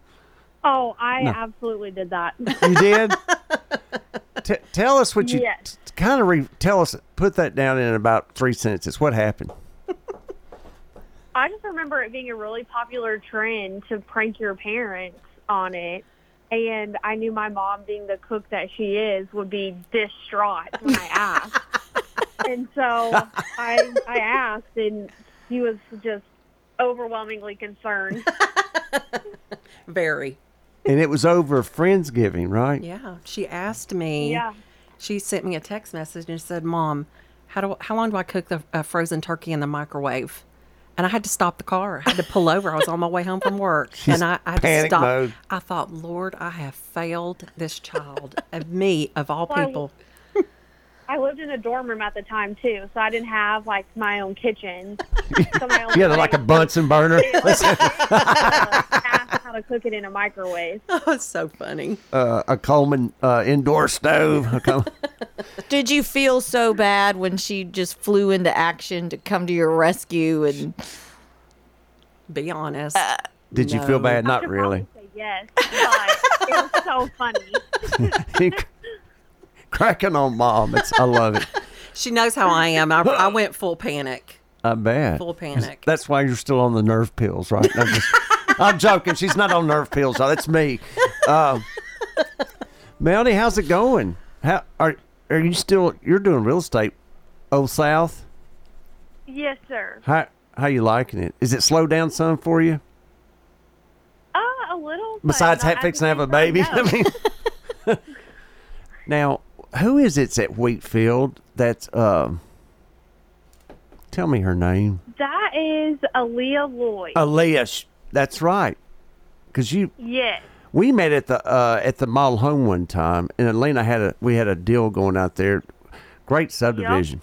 [SPEAKER 9] oh, I absolutely did that.
[SPEAKER 2] You did? T- tell us what you
[SPEAKER 9] Yes.
[SPEAKER 2] kind of re- tell us put that down in about 3 sentences. What happened?
[SPEAKER 9] I just remember it being a really popular trend to prank your parents on it. And I knew my mom, being the cook that she is, would be distraught when I asked. and so I, I asked, and she was just overwhelmingly concerned.
[SPEAKER 4] Very.
[SPEAKER 2] And it was over Friendsgiving, right?
[SPEAKER 4] Yeah. She asked me.
[SPEAKER 9] Yeah.
[SPEAKER 4] She sent me a text message and said, "Mom, how do how long do I cook the uh, frozen turkey in the microwave?" And I had to stop the car. I had to pull over. I was on my way home from work, and I, I just
[SPEAKER 2] panic
[SPEAKER 4] stopped.
[SPEAKER 2] mode.
[SPEAKER 4] I thought, "Lord, I have failed this child, of me of all
[SPEAKER 9] Why-
[SPEAKER 4] people."
[SPEAKER 9] I lived in a dorm room at the time, too, so I didn't have, like, my own kitchen. So my
[SPEAKER 2] Yeah, they're like a Bunsen burner.
[SPEAKER 9] Half how to cook it in a microwave.
[SPEAKER 4] Oh, it's so funny.
[SPEAKER 2] Uh, a Coleman uh, indoor stove. A Col-
[SPEAKER 3] Did you feel so bad when she just flew into action to come to your rescue? And
[SPEAKER 4] Be honest.
[SPEAKER 9] Uh.
[SPEAKER 2] Did you feel
[SPEAKER 4] No.
[SPEAKER 2] bad?
[SPEAKER 9] I
[SPEAKER 2] Not
[SPEAKER 9] should
[SPEAKER 2] really.
[SPEAKER 9] probably Say yes, but it was so funny.
[SPEAKER 2] Cracking on mom. It's, I love it.
[SPEAKER 4] She knows how I am. I, I went full panic.
[SPEAKER 2] I bet.
[SPEAKER 4] Full panic.
[SPEAKER 2] That's why you're still on the nerve pills, right? I'm, just- I'm joking. She's not on nerve pills. though. That's me. Um, Melanie, how's it going? How are are you still? You're doing real estate, Old South.
[SPEAKER 9] Yes, sir.
[SPEAKER 2] How how you liking it? Is it slowed down some for you?
[SPEAKER 9] Uh, a little. but
[SPEAKER 2] Besides
[SPEAKER 9] not-
[SPEAKER 2] ha-
[SPEAKER 9] I
[SPEAKER 2] fixing to have a
[SPEAKER 9] think so,
[SPEAKER 2] baby. I
[SPEAKER 9] no.
[SPEAKER 2] mean, now, who is it's at Wheatfield? That's um. Tell me her name.
[SPEAKER 9] that is Aaliyah Lloyd.
[SPEAKER 2] Aaliyah. Sh- That's right. Because you
[SPEAKER 9] yes.
[SPEAKER 2] We met at the uh, at the model home one time, and Elena had a we had a deal going out there. Great subdivision.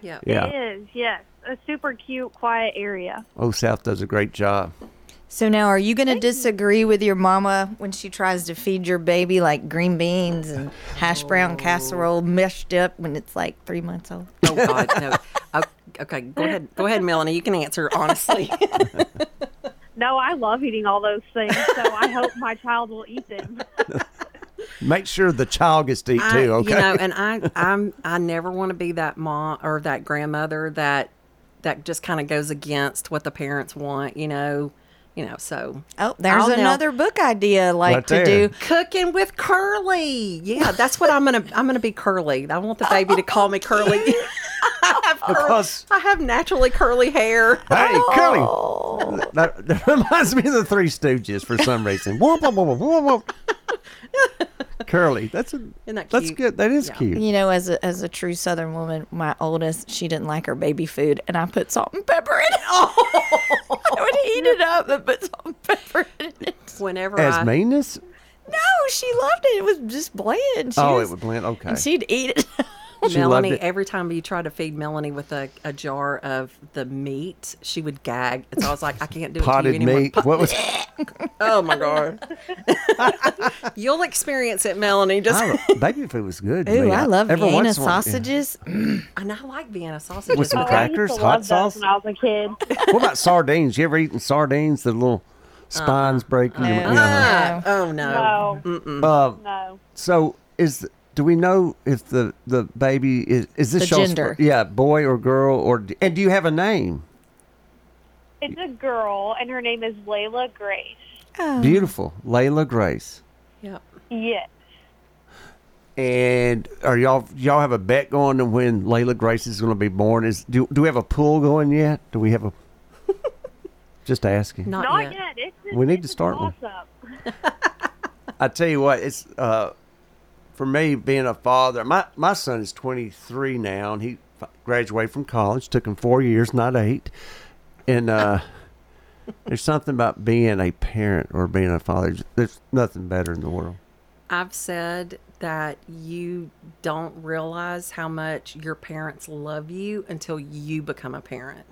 [SPEAKER 4] Yep.
[SPEAKER 9] It
[SPEAKER 2] Yeah.
[SPEAKER 9] is, yes. A super cute, quiet area.
[SPEAKER 2] Oh, South does a great job.
[SPEAKER 3] so now, are you going to disagree with your mama when she tries to feed your baby like green beans and hash brown casserole meshed up when it's like three months old?
[SPEAKER 4] Oh God, no. Oh, Okay, go ahead. Go ahead, Melanie. You can answer honestly.
[SPEAKER 9] No, I love eating all those things, so I hope my child will eat them.
[SPEAKER 2] Make sure the child gets to eat
[SPEAKER 4] I-
[SPEAKER 2] too. Okay.
[SPEAKER 4] You know, and I, I'm, I never want to be that mom or that grandmother that, that just kind of goes against what the parents want. You know, you know. So
[SPEAKER 3] Oh, there's
[SPEAKER 4] I'll now-
[SPEAKER 3] another book idea like
[SPEAKER 2] Right
[SPEAKER 3] to
[SPEAKER 2] there.
[SPEAKER 3] do.
[SPEAKER 4] cooking with Curly. Yeah, that's what I'm gonna. I'm gonna be Curly. I want the baby to call me Curly. I have curly-
[SPEAKER 2] Because-
[SPEAKER 4] I have naturally curly hair.
[SPEAKER 2] hey,
[SPEAKER 4] oh.
[SPEAKER 2] Curly. That, that reminds me of the Three Stooges for some reason. Whoop, whoop, whoop, whoop, whoop. Curly. That's a
[SPEAKER 4] that
[SPEAKER 2] that's
[SPEAKER 4] cute?
[SPEAKER 2] good. That is cute.
[SPEAKER 3] You know, as a, as a true Southern woman, my oldest, she didn't like her baby food, and I put salt and pepper in it.
[SPEAKER 2] Oh.
[SPEAKER 3] I would heat it up and put salt and pepper in it.
[SPEAKER 4] Whenever
[SPEAKER 2] As
[SPEAKER 4] I,
[SPEAKER 2] meanness.
[SPEAKER 3] No, she loved it. It was just bland. She
[SPEAKER 2] Oh, it
[SPEAKER 3] just-
[SPEAKER 2] would blend. Okay.
[SPEAKER 3] And she'd eat it.
[SPEAKER 2] She loved
[SPEAKER 4] Melanie,
[SPEAKER 2] it.
[SPEAKER 4] every time you tried to feed Melanie with a, a jar of the meat, she would gag. And so I was like, I can't do it
[SPEAKER 2] Potted
[SPEAKER 4] to you anymore.
[SPEAKER 2] meat. What was?
[SPEAKER 4] Oh my god! You'll experience it, Melanie. Just
[SPEAKER 2] I don't- baby food was good. to
[SPEAKER 3] Ooh,
[SPEAKER 2] me.
[SPEAKER 3] I love
[SPEAKER 2] every
[SPEAKER 3] Vienna
[SPEAKER 2] once in a while- yeah.
[SPEAKER 3] sausages.
[SPEAKER 4] and I like Vienna sausage.
[SPEAKER 2] With some
[SPEAKER 9] Oh, I used to
[SPEAKER 2] crackers,
[SPEAKER 9] love
[SPEAKER 2] hot
[SPEAKER 9] those
[SPEAKER 2] sauce.
[SPEAKER 9] When I was a kid.
[SPEAKER 2] What about sardines? You ever eaten sardines? The little
[SPEAKER 4] Uh-uh.
[SPEAKER 2] spines break. and you-
[SPEAKER 3] No.
[SPEAKER 2] you know.
[SPEAKER 4] Ah, oh no!
[SPEAKER 9] No,
[SPEAKER 2] Uh,
[SPEAKER 9] no.
[SPEAKER 2] so is do we know if the the baby is is this
[SPEAKER 3] The
[SPEAKER 2] y'all's-
[SPEAKER 3] gender.
[SPEAKER 2] Yeah, boy or girl or d- and do you have a name?
[SPEAKER 9] It's a girl, and her name is Layla Grace.
[SPEAKER 3] Mm-hmm.
[SPEAKER 2] Beautiful, Layla Grace.
[SPEAKER 4] Yep.
[SPEAKER 9] Yes.
[SPEAKER 2] And are y'all y'all have a bet going to when Layla Grace is going to be born? Is do do we have a pool going yet? Do we have a? just asking.
[SPEAKER 4] Not,
[SPEAKER 9] Not
[SPEAKER 4] yet.
[SPEAKER 9] yet. It's a,
[SPEAKER 2] We need
[SPEAKER 9] it's
[SPEAKER 2] to start
[SPEAKER 9] a
[SPEAKER 2] one.
[SPEAKER 9] toss-up.
[SPEAKER 2] I tell you what, it's uh, for me being a father. My my son is 23 now, and he f- graduated from college. Took him four years, not eight. And uh, there's something about being a parent or being a father. There's nothing better in the world.
[SPEAKER 4] I've said that you don't realize how much your parents love you until you become a parent.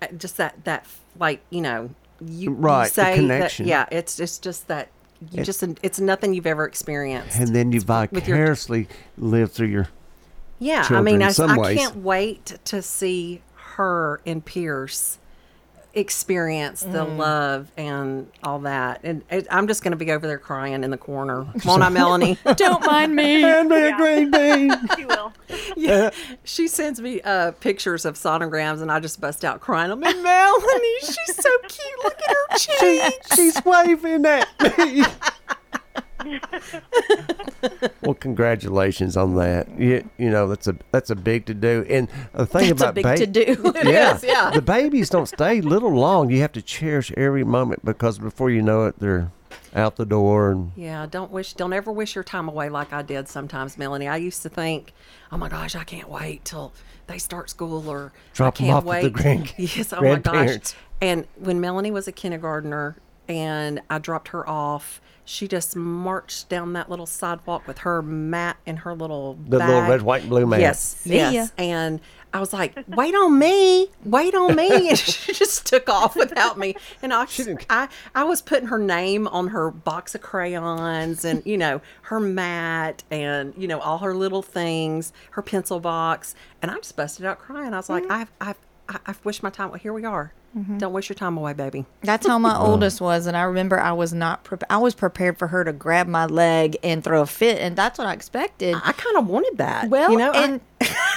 [SPEAKER 4] Uh, Just that that like you know you, you
[SPEAKER 2] Right, the
[SPEAKER 4] say
[SPEAKER 2] connection.
[SPEAKER 4] That, yeah, it's it's just that you just it's nothing you've ever experienced.
[SPEAKER 2] And then you
[SPEAKER 4] with your-
[SPEAKER 2] vicariously live through your.
[SPEAKER 4] Yeah, I
[SPEAKER 2] children
[SPEAKER 4] mean,
[SPEAKER 2] in
[SPEAKER 4] I,
[SPEAKER 2] some
[SPEAKER 4] I
[SPEAKER 2] ways.
[SPEAKER 4] can't wait to see her and Pierce experience the love and all that. And it, I'm just going to be over there crying in the corner, won't I, Melanie?
[SPEAKER 3] Don't mind me.
[SPEAKER 2] And be a green bean.
[SPEAKER 9] She will.
[SPEAKER 4] yeah. She sends me uh, pictures of sonograms, and I just bust out crying. I'm like, Melanie, she's so cute. Look at her
[SPEAKER 2] She,
[SPEAKER 4] cheek.
[SPEAKER 2] she's waving at me. well, congratulations on that. You, you know that's a that's a big to do, and the thing
[SPEAKER 3] It's a
[SPEAKER 2] about
[SPEAKER 3] big
[SPEAKER 2] ba-
[SPEAKER 3] to do.
[SPEAKER 2] yeah,
[SPEAKER 4] is, yeah.
[SPEAKER 2] the babies don't stay little long. You have to cherish every moment because before you know it, they're out the door and
[SPEAKER 4] Yeah, don't wish, don't ever wish your time away like I did sometimes, Melanie. I used to think, oh my gosh, I can't wait till they start school or
[SPEAKER 2] Drop
[SPEAKER 4] I
[SPEAKER 2] 'em
[SPEAKER 4] can't
[SPEAKER 2] off with
[SPEAKER 4] wait.
[SPEAKER 2] the grand-
[SPEAKER 4] yes, oh my gosh.
[SPEAKER 2] grandparents.
[SPEAKER 4] And when Melanie was a kindergartner, and I dropped her off. She just marched down that little sidewalk with her mat and her little
[SPEAKER 2] The little
[SPEAKER 4] bag.
[SPEAKER 2] red, white, and blue mat.
[SPEAKER 4] Yes,
[SPEAKER 3] See
[SPEAKER 4] yes.
[SPEAKER 3] ya.
[SPEAKER 4] And I was like, "Wait on me, wait on me," and she just took off without me. And I, I, I was putting her name on her box of crayons, and you know her mat, and you know all her little things, her pencil box, and I just busted out crying. I was
[SPEAKER 3] Mm-hmm.
[SPEAKER 4] like, "I've, I've, I- I've wished my time. Well, here we are. Don't waste your time away, baby."
[SPEAKER 3] That's how my oldest was, and I remember I was not. Pre- I was prepared for her to grab my leg and throw a fit, and that's what I expected.
[SPEAKER 4] I kind of wanted that.
[SPEAKER 3] Well,
[SPEAKER 4] you know, I-
[SPEAKER 3] and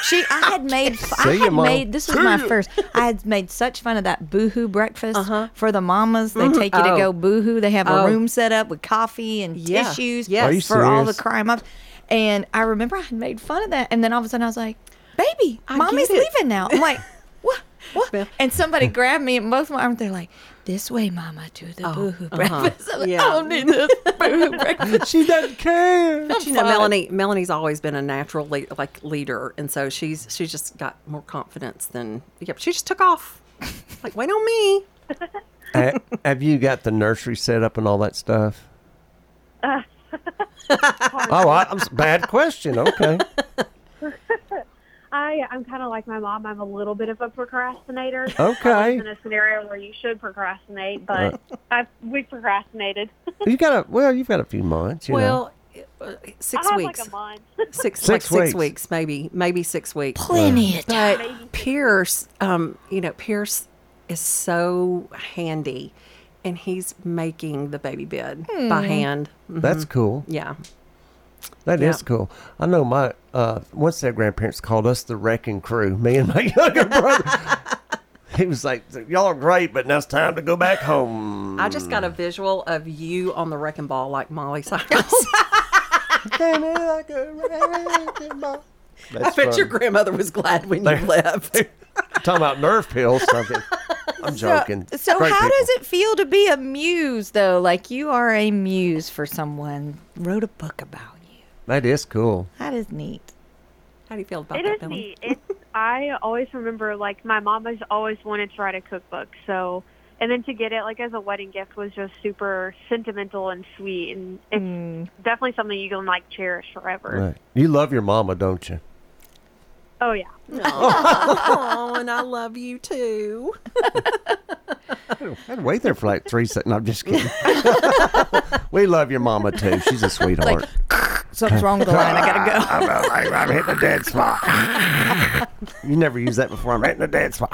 [SPEAKER 3] she, I had made, I
[SPEAKER 2] See ya,
[SPEAKER 3] had
[SPEAKER 2] Mom.
[SPEAKER 3] made. This was my first. I had made such fun of that boohoo breakfast for the mamas. They take you to
[SPEAKER 4] Uh-huh. Oh.
[SPEAKER 3] go boohoo. They have
[SPEAKER 4] Oh.
[SPEAKER 3] a room set up with coffee and
[SPEAKER 4] Yeah.
[SPEAKER 3] tissues
[SPEAKER 4] Yes. Are you
[SPEAKER 3] for all the
[SPEAKER 2] serious?
[SPEAKER 3] crime ups. And I remember I had made fun of that, and then all of a sudden I was like, "Baby,
[SPEAKER 4] I
[SPEAKER 3] mommy's
[SPEAKER 4] get it."
[SPEAKER 3] leaving now." I'm like, "What?"
[SPEAKER 4] Well-
[SPEAKER 3] What? And somebody grabbed me and both my arms. They're like, "This way, Mama, to the boohoo breakfast." I'm like,
[SPEAKER 4] Oh, uh-huh. Yeah.
[SPEAKER 3] I don't need this boohoo breakfast.
[SPEAKER 2] She doesn't care.
[SPEAKER 4] But you know, Melanie. Melanie's always been a natural le- like leader, and so she's she's just got more confidence than. Yep, she just took off. like, wait on me.
[SPEAKER 2] Ha- have you got the nursery set up and all that stuff? oh, I, I'm, s- bad question. Okay.
[SPEAKER 9] I I'm kind of like my mom. I'm a little bit of a procrastinator. I was
[SPEAKER 2] Okay. Uh.
[SPEAKER 9] In a scenario where you should procrastinate, but I we procrastinated.
[SPEAKER 2] You got a well. You've got a few months. You know.
[SPEAKER 4] Well, uh, six
[SPEAKER 9] I have
[SPEAKER 4] weeks.
[SPEAKER 9] like a month.
[SPEAKER 4] Six,
[SPEAKER 2] Six
[SPEAKER 4] like six
[SPEAKER 2] weeks.
[SPEAKER 4] weeks, maybe, maybe six weeks.
[SPEAKER 3] Plenty of time.
[SPEAKER 4] But Pierce, um, you know, Pierce is so handy, and he's making the baby bed by
[SPEAKER 9] Hmm.
[SPEAKER 4] hand. Mm,
[SPEAKER 2] that's
[SPEAKER 3] mm-hmm.
[SPEAKER 2] cool.
[SPEAKER 4] Yeah,
[SPEAKER 2] That is cool. I know my uh, once their grandparents called us the wrecking crew. Me and my younger brother. he was like, "Y'all are great, but now it's time to go back home."
[SPEAKER 4] I just got a visual of you on the wrecking ball, like Molly Cyrus.
[SPEAKER 2] Came in like a wrecking ball.
[SPEAKER 4] I
[SPEAKER 2] That's
[SPEAKER 4] bet
[SPEAKER 2] funny.
[SPEAKER 4] your grandmother was glad when you left.
[SPEAKER 2] talking about nerve pills. Something. I'm joking.
[SPEAKER 3] Uh, So
[SPEAKER 2] Great
[SPEAKER 3] how
[SPEAKER 2] people.
[SPEAKER 3] does it feel to be a muse though? Like you are a muse for someone. Wrote a book about you.
[SPEAKER 2] That is cool.
[SPEAKER 3] That is neat.
[SPEAKER 4] How do you feel about
[SPEAKER 9] It
[SPEAKER 4] that,
[SPEAKER 9] is
[SPEAKER 4] Billy?
[SPEAKER 9] neat. It's, I always remember, like, my mom has always wanted to write a cookbook. So, and then to get it, like, as a wedding gift was just super sentimental and sweet. And it's definitely something you can, like, cherish forever.
[SPEAKER 2] Right. You love your mama, don't you?
[SPEAKER 9] Oh, yeah.
[SPEAKER 4] Oh, and I love you too.
[SPEAKER 2] I'd wait there for like three seconds. No, I'm just kidding. we love your mama too. She's a sweetheart.
[SPEAKER 3] Something's wrong with the line. I gotta go.
[SPEAKER 2] I'm, I'm, I'm hitting the dead spot. you never used that before. I'm hitting the dead spot.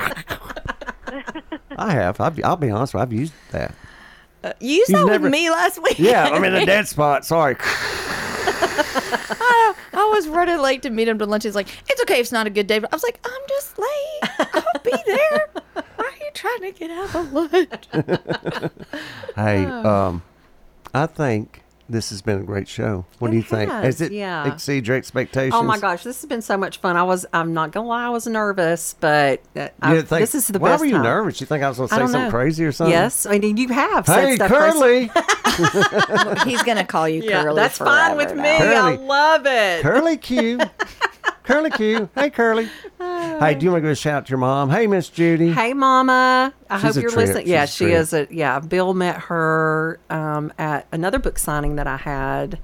[SPEAKER 2] I have. I've, I'll be honest. with you, I've used that.
[SPEAKER 3] Uh, You used
[SPEAKER 2] You've
[SPEAKER 3] that
[SPEAKER 2] never-
[SPEAKER 3] with me last week.
[SPEAKER 2] Yeah, I'm in a dead spot. Sorry.
[SPEAKER 3] I, I was running late to meet him to lunch. He's like, "It's okay. if It's not a good day." But I was like, "I'm just late. I'll be there." Why are you trying to get out of lunch?
[SPEAKER 2] Hey,
[SPEAKER 4] Oh.
[SPEAKER 2] um, I think this has been a great show. What do you think?
[SPEAKER 4] has,
[SPEAKER 2] Has it
[SPEAKER 4] yeah.
[SPEAKER 2] exceed your expectations?
[SPEAKER 4] Oh my gosh, this has been so much fun. I was, I'm not gonna lie, I was nervous, but uh,
[SPEAKER 2] You
[SPEAKER 4] I,
[SPEAKER 2] didn't think,
[SPEAKER 4] this is the
[SPEAKER 2] why
[SPEAKER 4] best.
[SPEAKER 2] were you
[SPEAKER 4] time.
[SPEAKER 2] nervous? You think I was going to
[SPEAKER 4] I
[SPEAKER 2] say
[SPEAKER 4] don't
[SPEAKER 2] something
[SPEAKER 4] know.
[SPEAKER 2] crazy or something?
[SPEAKER 4] Yes, I mean you have said
[SPEAKER 2] Hey,
[SPEAKER 4] stuff crazy.
[SPEAKER 2] Curly.
[SPEAKER 3] He's gonna call you
[SPEAKER 4] Yeah,
[SPEAKER 3] curly.
[SPEAKER 4] that's fine with
[SPEAKER 3] forever
[SPEAKER 4] me.
[SPEAKER 3] now.
[SPEAKER 4] I
[SPEAKER 2] Curly.
[SPEAKER 4] love it.
[SPEAKER 2] Curly Q. Curly Q. Hey, Curly. hey, do you want to go shout out to your mom? Hey, Miss Judy.
[SPEAKER 4] Hey, Mama. I
[SPEAKER 2] She's a
[SPEAKER 4] hope you're
[SPEAKER 2] trip.
[SPEAKER 4] listening. Yeah,
[SPEAKER 2] She's a
[SPEAKER 4] she
[SPEAKER 2] trip.
[SPEAKER 4] is. A, yeah, Bill met her um, at another book signing that I had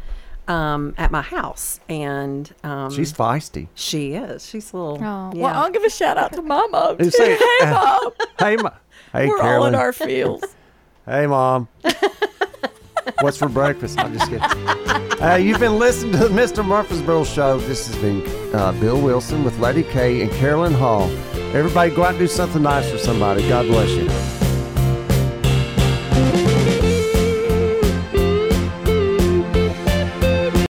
[SPEAKER 4] um, at my house, and um,
[SPEAKER 2] She's feisty.
[SPEAKER 4] she is. She's a little.
[SPEAKER 3] Oh,
[SPEAKER 4] yeah.
[SPEAKER 3] Well, I'll give a shout out to Mama.
[SPEAKER 2] You say-
[SPEAKER 3] hey, Mom.
[SPEAKER 2] Hey, Ma- hey,
[SPEAKER 3] We're all
[SPEAKER 2] Carolyn.
[SPEAKER 3] in our fields.
[SPEAKER 2] hey, Mom. What's for breakfast? I'm just kidding. Uh, you've been listening to the Mr. Murfreesboro Show. This has been uh, Bill Wilson with Lady K and Carolyn Hall. Everybody, go out and do something nice for somebody. God bless you.